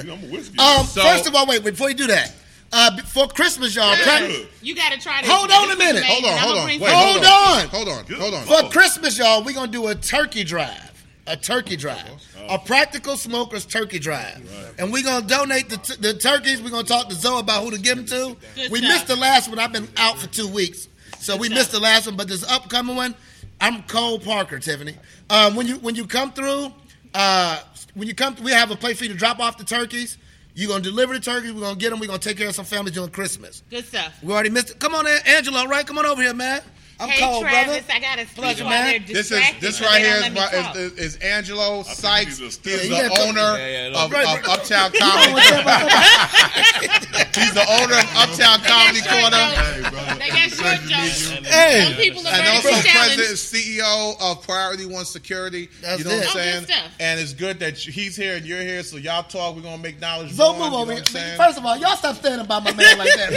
I'm a whiskey.
Um,
So-
first of all, wait before you do that. Uh, before Christmas, y'all. Crack,
You gotta try this.
Hold
This
on a
is
minute.
amazing.
Hold on,
I'ma
hold on.
bring
Wait,
some-
Hold on.
Hold on. Hold on.
Oh.
For Christmas, y'all, we're gonna do a turkey drive. A turkey drive. A practical smokers turkey drive. And we're gonna donate the, t- the turkeys. We're gonna talk to Zoe about who to give them to.
Good
we
job.
missed the last one. I've been out for two weeks. So we missed the last one, but this upcoming one, I'm Cole Parker, Tiffany. Um, when you when you come through, uh, when you come, we have a place for you to drop off the turkeys. You're gonna deliver the turkeys. We're gonna get them. We're gonna take care of some families during Christmas.
Good stuff.
We already missed it. Come on, An- Angela. Right? Come on over here, man. I'm
hey
cold, brother.
Travis, I gotta
Pleasure,
speak while
man.
they're
This is
distracted,
this
so
right
they
here
don't
is,
let me
my,
talk.
is, is, is Angelo Sykes.
he's a
He's
still-
Yeah, he
the
got-
owner
Yeah, yeah,
of,
look.
of Uptown
Come on,
Comedy.
what's up?
He's the owner of Uptown Comedy
short
Corner.
jokes. They got short jokes. Some
Hey,
people are
and
ready
also
for challenge.
president and CEO of Priority One Security.
That's
you know
it.
what
Oh,
I'm
good
saying?
stuff.
and it's good that you- he's here and you're here, so y'all talk. We're gonna make knowledge.
Zo,
bond,
move
you know
over
what
here.
I'm saying?
First of all, y'all stop standing by my man like that,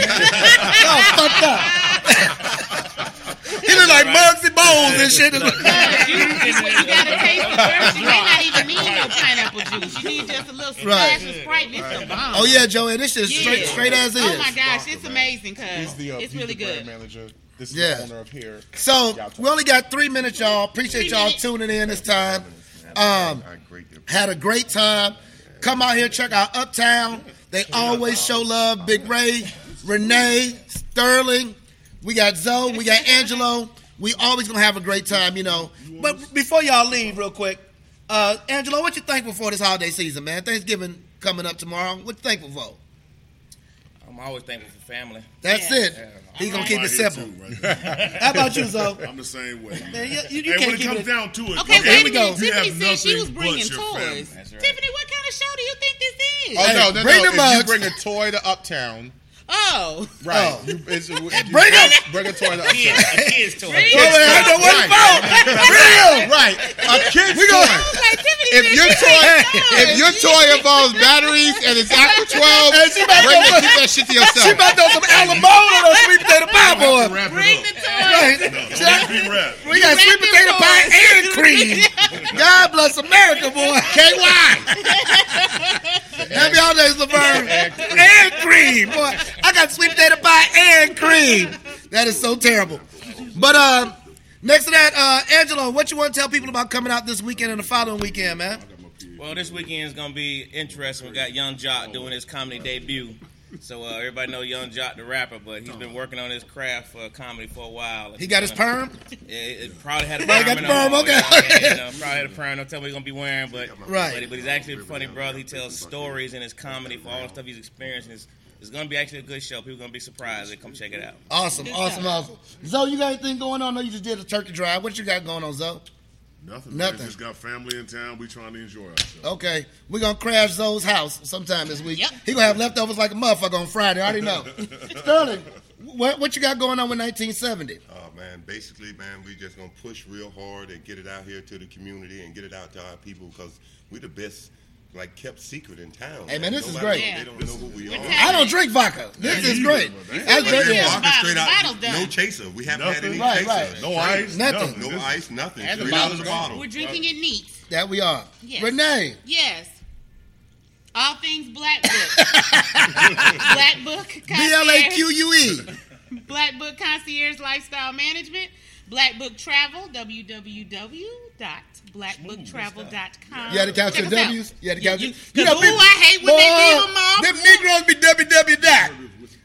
man. y'all fucked up. he look like Muggsy Bones and shit.
Because you, you, you gotta taste it first. You may not even need no pineapple juice. You need just a little
Right.
splash of Sprite. This is a bomb.
oh yeah, Joey, this shit is
Yeah.
straight, straight as is.
Oh my gosh, it's amazing, cuz.
He's the, uh,
It's
he's
really
the brand
good.
manager. This is
Yeah.
the owner of here.
So
Y'all talk.
we only got three minutes, y'all. Appreciate
Three
y'all
minutes.
tuning in this time. Um, had a great time. Come out here, check out Uptown. They always show love. Big Ray, Renee, Sterling. We got Zoe. We got Angelo. We always gonna have a great time, you know. But before y'all leave, real quick, uh, Angelo, what you thankful for this holiday season, man? Thanksgiving coming up tomorrow. What you thankful for?
I'm always thankful for family.
That's
Yeah.
it. He's gonna keep it simple. How about you, Zoe?
I'm the same way.
Man, you, you, you
and when
can't
it
keep
comes
it.
down to it,
Okay,
Okay, here
wait
we
a
go.
minute.
You
Tiffany
have
said she
nothing
was
but
bringing
your family.
toys.
That's right.
Tiffany, what kind of show do you think this is?
Oh no, no, no!
bring the
If you
mugs.
bring a toy to Uptown,
Oh,
right?
Oh.
You, it's, you,
Bring 'em.
bring a toy to Uptown.
Kids, a kid's toy.
Go ahead, I know what it's
Right.
about.
Real, right? A kid's we
gonna-
toy.
Like, Tiffany
If
said
your
she
toy,
ain't
if your
done.
toy involves batteries and it's after twelve,
Hey, she about to-
Brenda, keep that shit to
She
yourself.
about to throw some alimony on sweet potato pie, boy.
Wrap it
Bring
up.
the toy.
Right.
rap.
We got sweet potato pie and cream. God bless America, boy. KY. Happy holidays, Laverne. And cream, boy. I got sweet potato pie and cream. That is so terrible. But uh, next to that, uh, Angelo, what you want to tell people about coming out this weekend and the following weekend, man?
Well, this weekend is gonna be interesting. We got Young Jock doing his comedy debut. So uh, everybody know Young Jock the rapper, but he's been working on his craft for comedy for a while.
He got his perm,
Yeah, it, it probably had a
Right,
perm.
got
in
the perm,
all,
okay.
yeah, you know, probably had a perm. Don't tell me he's gonna be wearing, but
Right.
But, but he's actually a funny brother. He tells stories in his comedy for all the stuff he's experiencing. It's, it's gonna be actually a good show. People gonna be surprised. They come check it out.
awesome, awesome, awesome. Zoe, you got anything going on? No, you just did a turkey drive. What you got going on, Zoe? Nothing.
Nothing.
Oh,
Nothing. just got family in town. We trying to enjoy ourselves.
Okay, we're gonna crash Zoe's house sometime this week.
Yep.
He gonna have leftovers like a motherfucker on Friday. I already know. Sterling, what what you got going on with 1970?
Uh, man, basically, man, we just gonna push real hard and get it out here to the community and get it out to our people because we the best, like kept secret in town.
Hey, man, this is
Nobody-
great.
They don't know who we are.
Yeah.
I don't drink vodka. This is great. That's
Like,
great.
they're
Yeah.
walking straight
Bottles
out.
done.
No chaser. We haven't
Nothing.
had
Right,
any
right.
chaser.
No ice.
Nothing.
No ice, nothing.
And the
Straight out
bottle's
of the
gone.
bottle.
We're drinking it neat.
That we are.
Yes.
Renee,
Yes. All things black book. black book.
B L A Q
concierge-
U E.
Black book concierge lifestyle management. Black book travel. www.blackbooktravel.com.
You had to count
Check
your
us out.
W's. You had to
You-
count.
you-
your- You know,
ooh,
people-
I hate when they give them off.
Them Negroes be www dot.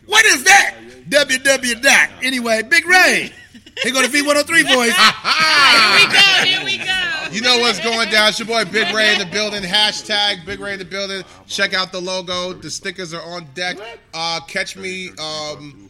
What is that? www dot. Anyway, Big Ray. He go to V103 voice.
Here we go. Here we go.
You know what's going down? It's your boy Big Ray in the building. Hashtag Big Ray in the building. Check out the logo. The stickers are on deck. Uh, catch me um,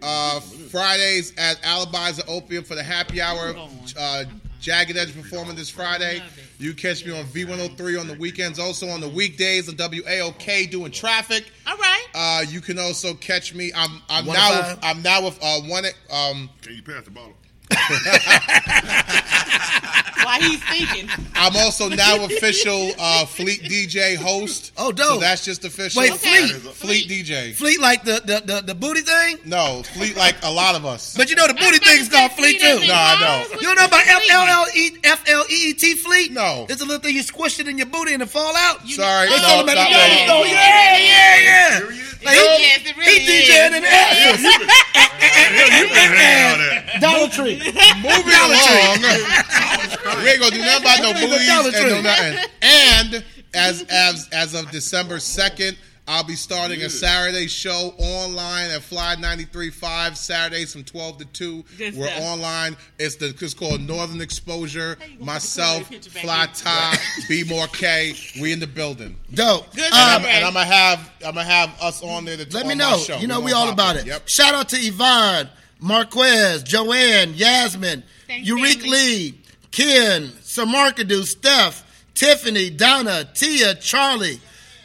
uh, Fridays at Alibis of Opium for the happy hour. Uh, Jagged Edge performing this Friday. You catch me on V103 on the weekends. Also on the weekdays on WAOK doing traffic.
All right.
Uh, you can also catch me. I'm I'm
One
now
to
with,
five.
I'm now with uh, one um,
Can you pass the bottle?
While he's thinking.
I'm also now official uh, Fleet DJ host.
Oh, dope.
So that's just official.
Wait,
Okay.
Fleet.
Fleet DJ.
Fleet like the the, the the booty thing,
No, Fleet like a lot of us.
but you know the booty thing's called Fleet too.
Nah, I don't.
You don't know about F L L E F L E E T Fleet?
No.
It's a little thing you squish it in your booty and it fall out.
Sorry,
they
no,
sell them at
not
the dollar
that.
store. Yeah, yeah, yeah. Like, he-
Yes, it really
he DJing in
is.
the
You better have all that.
Dollar Tree.
Moving along. we ain't gonna do nothing about no
Dollar
booties and
Tree.
no nothing. And as as as of December second, I'll be starting a Saturday show online at Fly 93.5 Saturdays from 12 to 2.
Good
We're
stuff.
online. It's the it's called Northern Exposure.
you gonna
Myself,
put your picture
Fly
back
Ty, B More K. We in the building.
Dope.
Good
Um,
job,
I'm- and I'm gonna have I'm gonna have us on there. To, on
Let
my
me know.
show.
You know,
We're
we
gonna
all
pop
about
it.
it.
Yep.
Shout out to Yvonne, Marquez, Joanne, Yasmin,
Thanks,
Eureka
family.
Lee, Ken, Samarkadu, Steph, Tiffany, Donna, Tia, Charlie,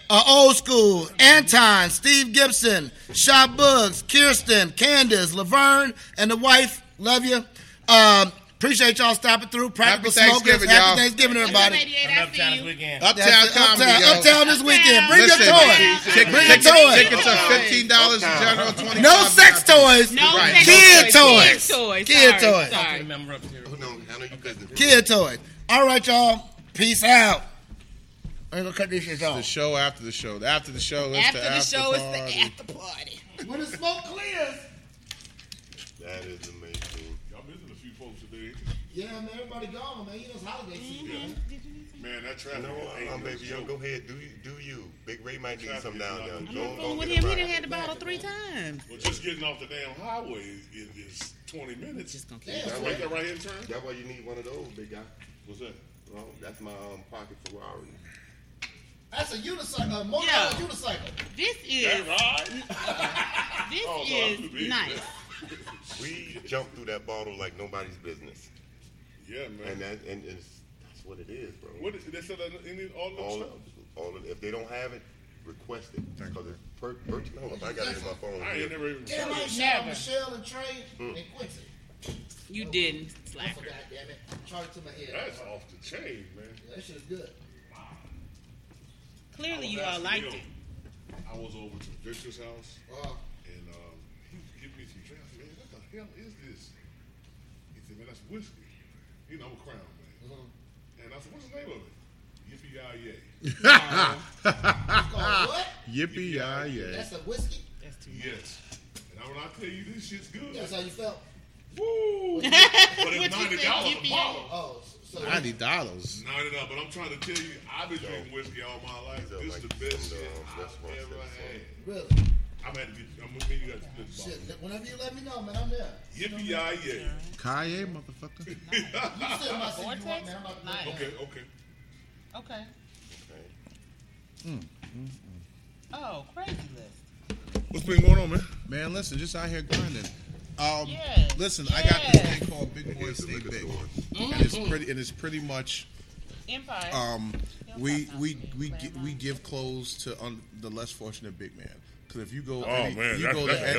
uh, Old School, Anton, Steve Gibson, Shaw Bugs, Kirsten, Candace, Laverne, and the wife. Love you. Um, appreciate y'all stopping through. Practical
Happy
Smokers.
Thanksgiving, y'all.
Happy Thanksgiving, everybody.
88,
Coming
I
up
see
town
you.
this weekend.
Uptown
That's it.
comedy.
Uptown,
yo.
uptown this weekend. Bring
Listen,
your toy.
tick-
Bring
tick-
your toy.
Tickets are fifteen dollars in general. Twenty.
No sex toys.
No,
Right.
sex
Kid toys.
toys. Kid toys.
Kid
Sorry,
toys.
sorry.
Remember up here.
No, I know you couldn't.
Kid toys. All right, y'all. Peace out. I'm gonna cut this shit
The
off.
show after the show. The After the show is
After
the,
the
after
show, it's
party.
the after party.
When the smoke clears.
That is amazing.
Y'all missing a few folks today.
Yeah, man, everybody gone, man. You know it's holiday season.
Mm-hmm.
Man, that traffic.
No,
ain't
um,
no
baby, yo,
joke.
go ahead. Do you, do you? Big Ray might need some down there.
I'm
Go
I'm on
on,
the
go
phone with
get
him.
a
He
ride.
done had the bottle three times.
Well, just getting off the damn highway is, is, is 20 minutes.
Just gonna keep
That's right there, right hand turn.
That's why you need one of those, big guy.
What's that?
Well, that's my um, pocket Ferrari.
That's a unicycle, a motor
Yeah.
unicycle.
This is
That ride?
this
Oh, no, I'm too
is
big.
nice.
We jump through that bottle like nobody's business,
Yeah,
and
man.
that and it's, that's what it is, bro.
What is, they said that in the, all the
all
stuff.
of, all of, if they don't have it, request it. Because it's per, per, hold up, I got it in my phone.
I ain't
here.
never even.
Everybody shout out Michelle and Trey and Quincy.
You didn't,
That's
slacker.
God damn it. Charge to my head.
That's off the chain, man.
That shit's good.
Clearly, you
I was
all
asking
liked
him.
it.
I was over to Victor's house
Uh-huh.
Oh,
and um, he was giving me some drinks. Man, what the hell is this? He said, man, that's whiskey. You know, I'm a crown, man.
Uh-huh.
And I said, what's the name of it? Yippee yay
it's called what?
Yippee yay yay.
That's a whiskey?
Yes. And I, when I tell you this shit's good,
That's how you felt?
woo! but
What
it's
you
ninety
think,
dollars
yippee-yay?
a bottle.
Oh, so
Ninety dollars.
Ninety dollars. But I'm trying to tell you, I've been drinking whiskey all my life.
So,
This is
like,
the um, best
some,
shit
uh,
I've
restaurants
ever
that sell
had.
really?
I'm had to get. I'm gonna meet you guys at this bottle.
Shit, whenever you let me know, man, I'm there.
Yippee yay yay.
Kanye, motherfucker.
You send my seat, you want,
Vortex?
man. I'm about to
Nice.
Okay, okay.
Okay.
Okay.
Mm,
Oh, crazy list.
What's been going on, man? Man, listen, just out here grinding. Um,
Yes,
Listen, I got this
yes.
thing called Big Boy
Here's the
Stay
liquor
Big,
store.
and it's
Mm-hmm.
pretty. And it's pretty much
Empire.
um, we we we gi- we give clothes to un, the less fortunate big man. Because if you go,
Oh, man,
you
that's-
go
that's
to
a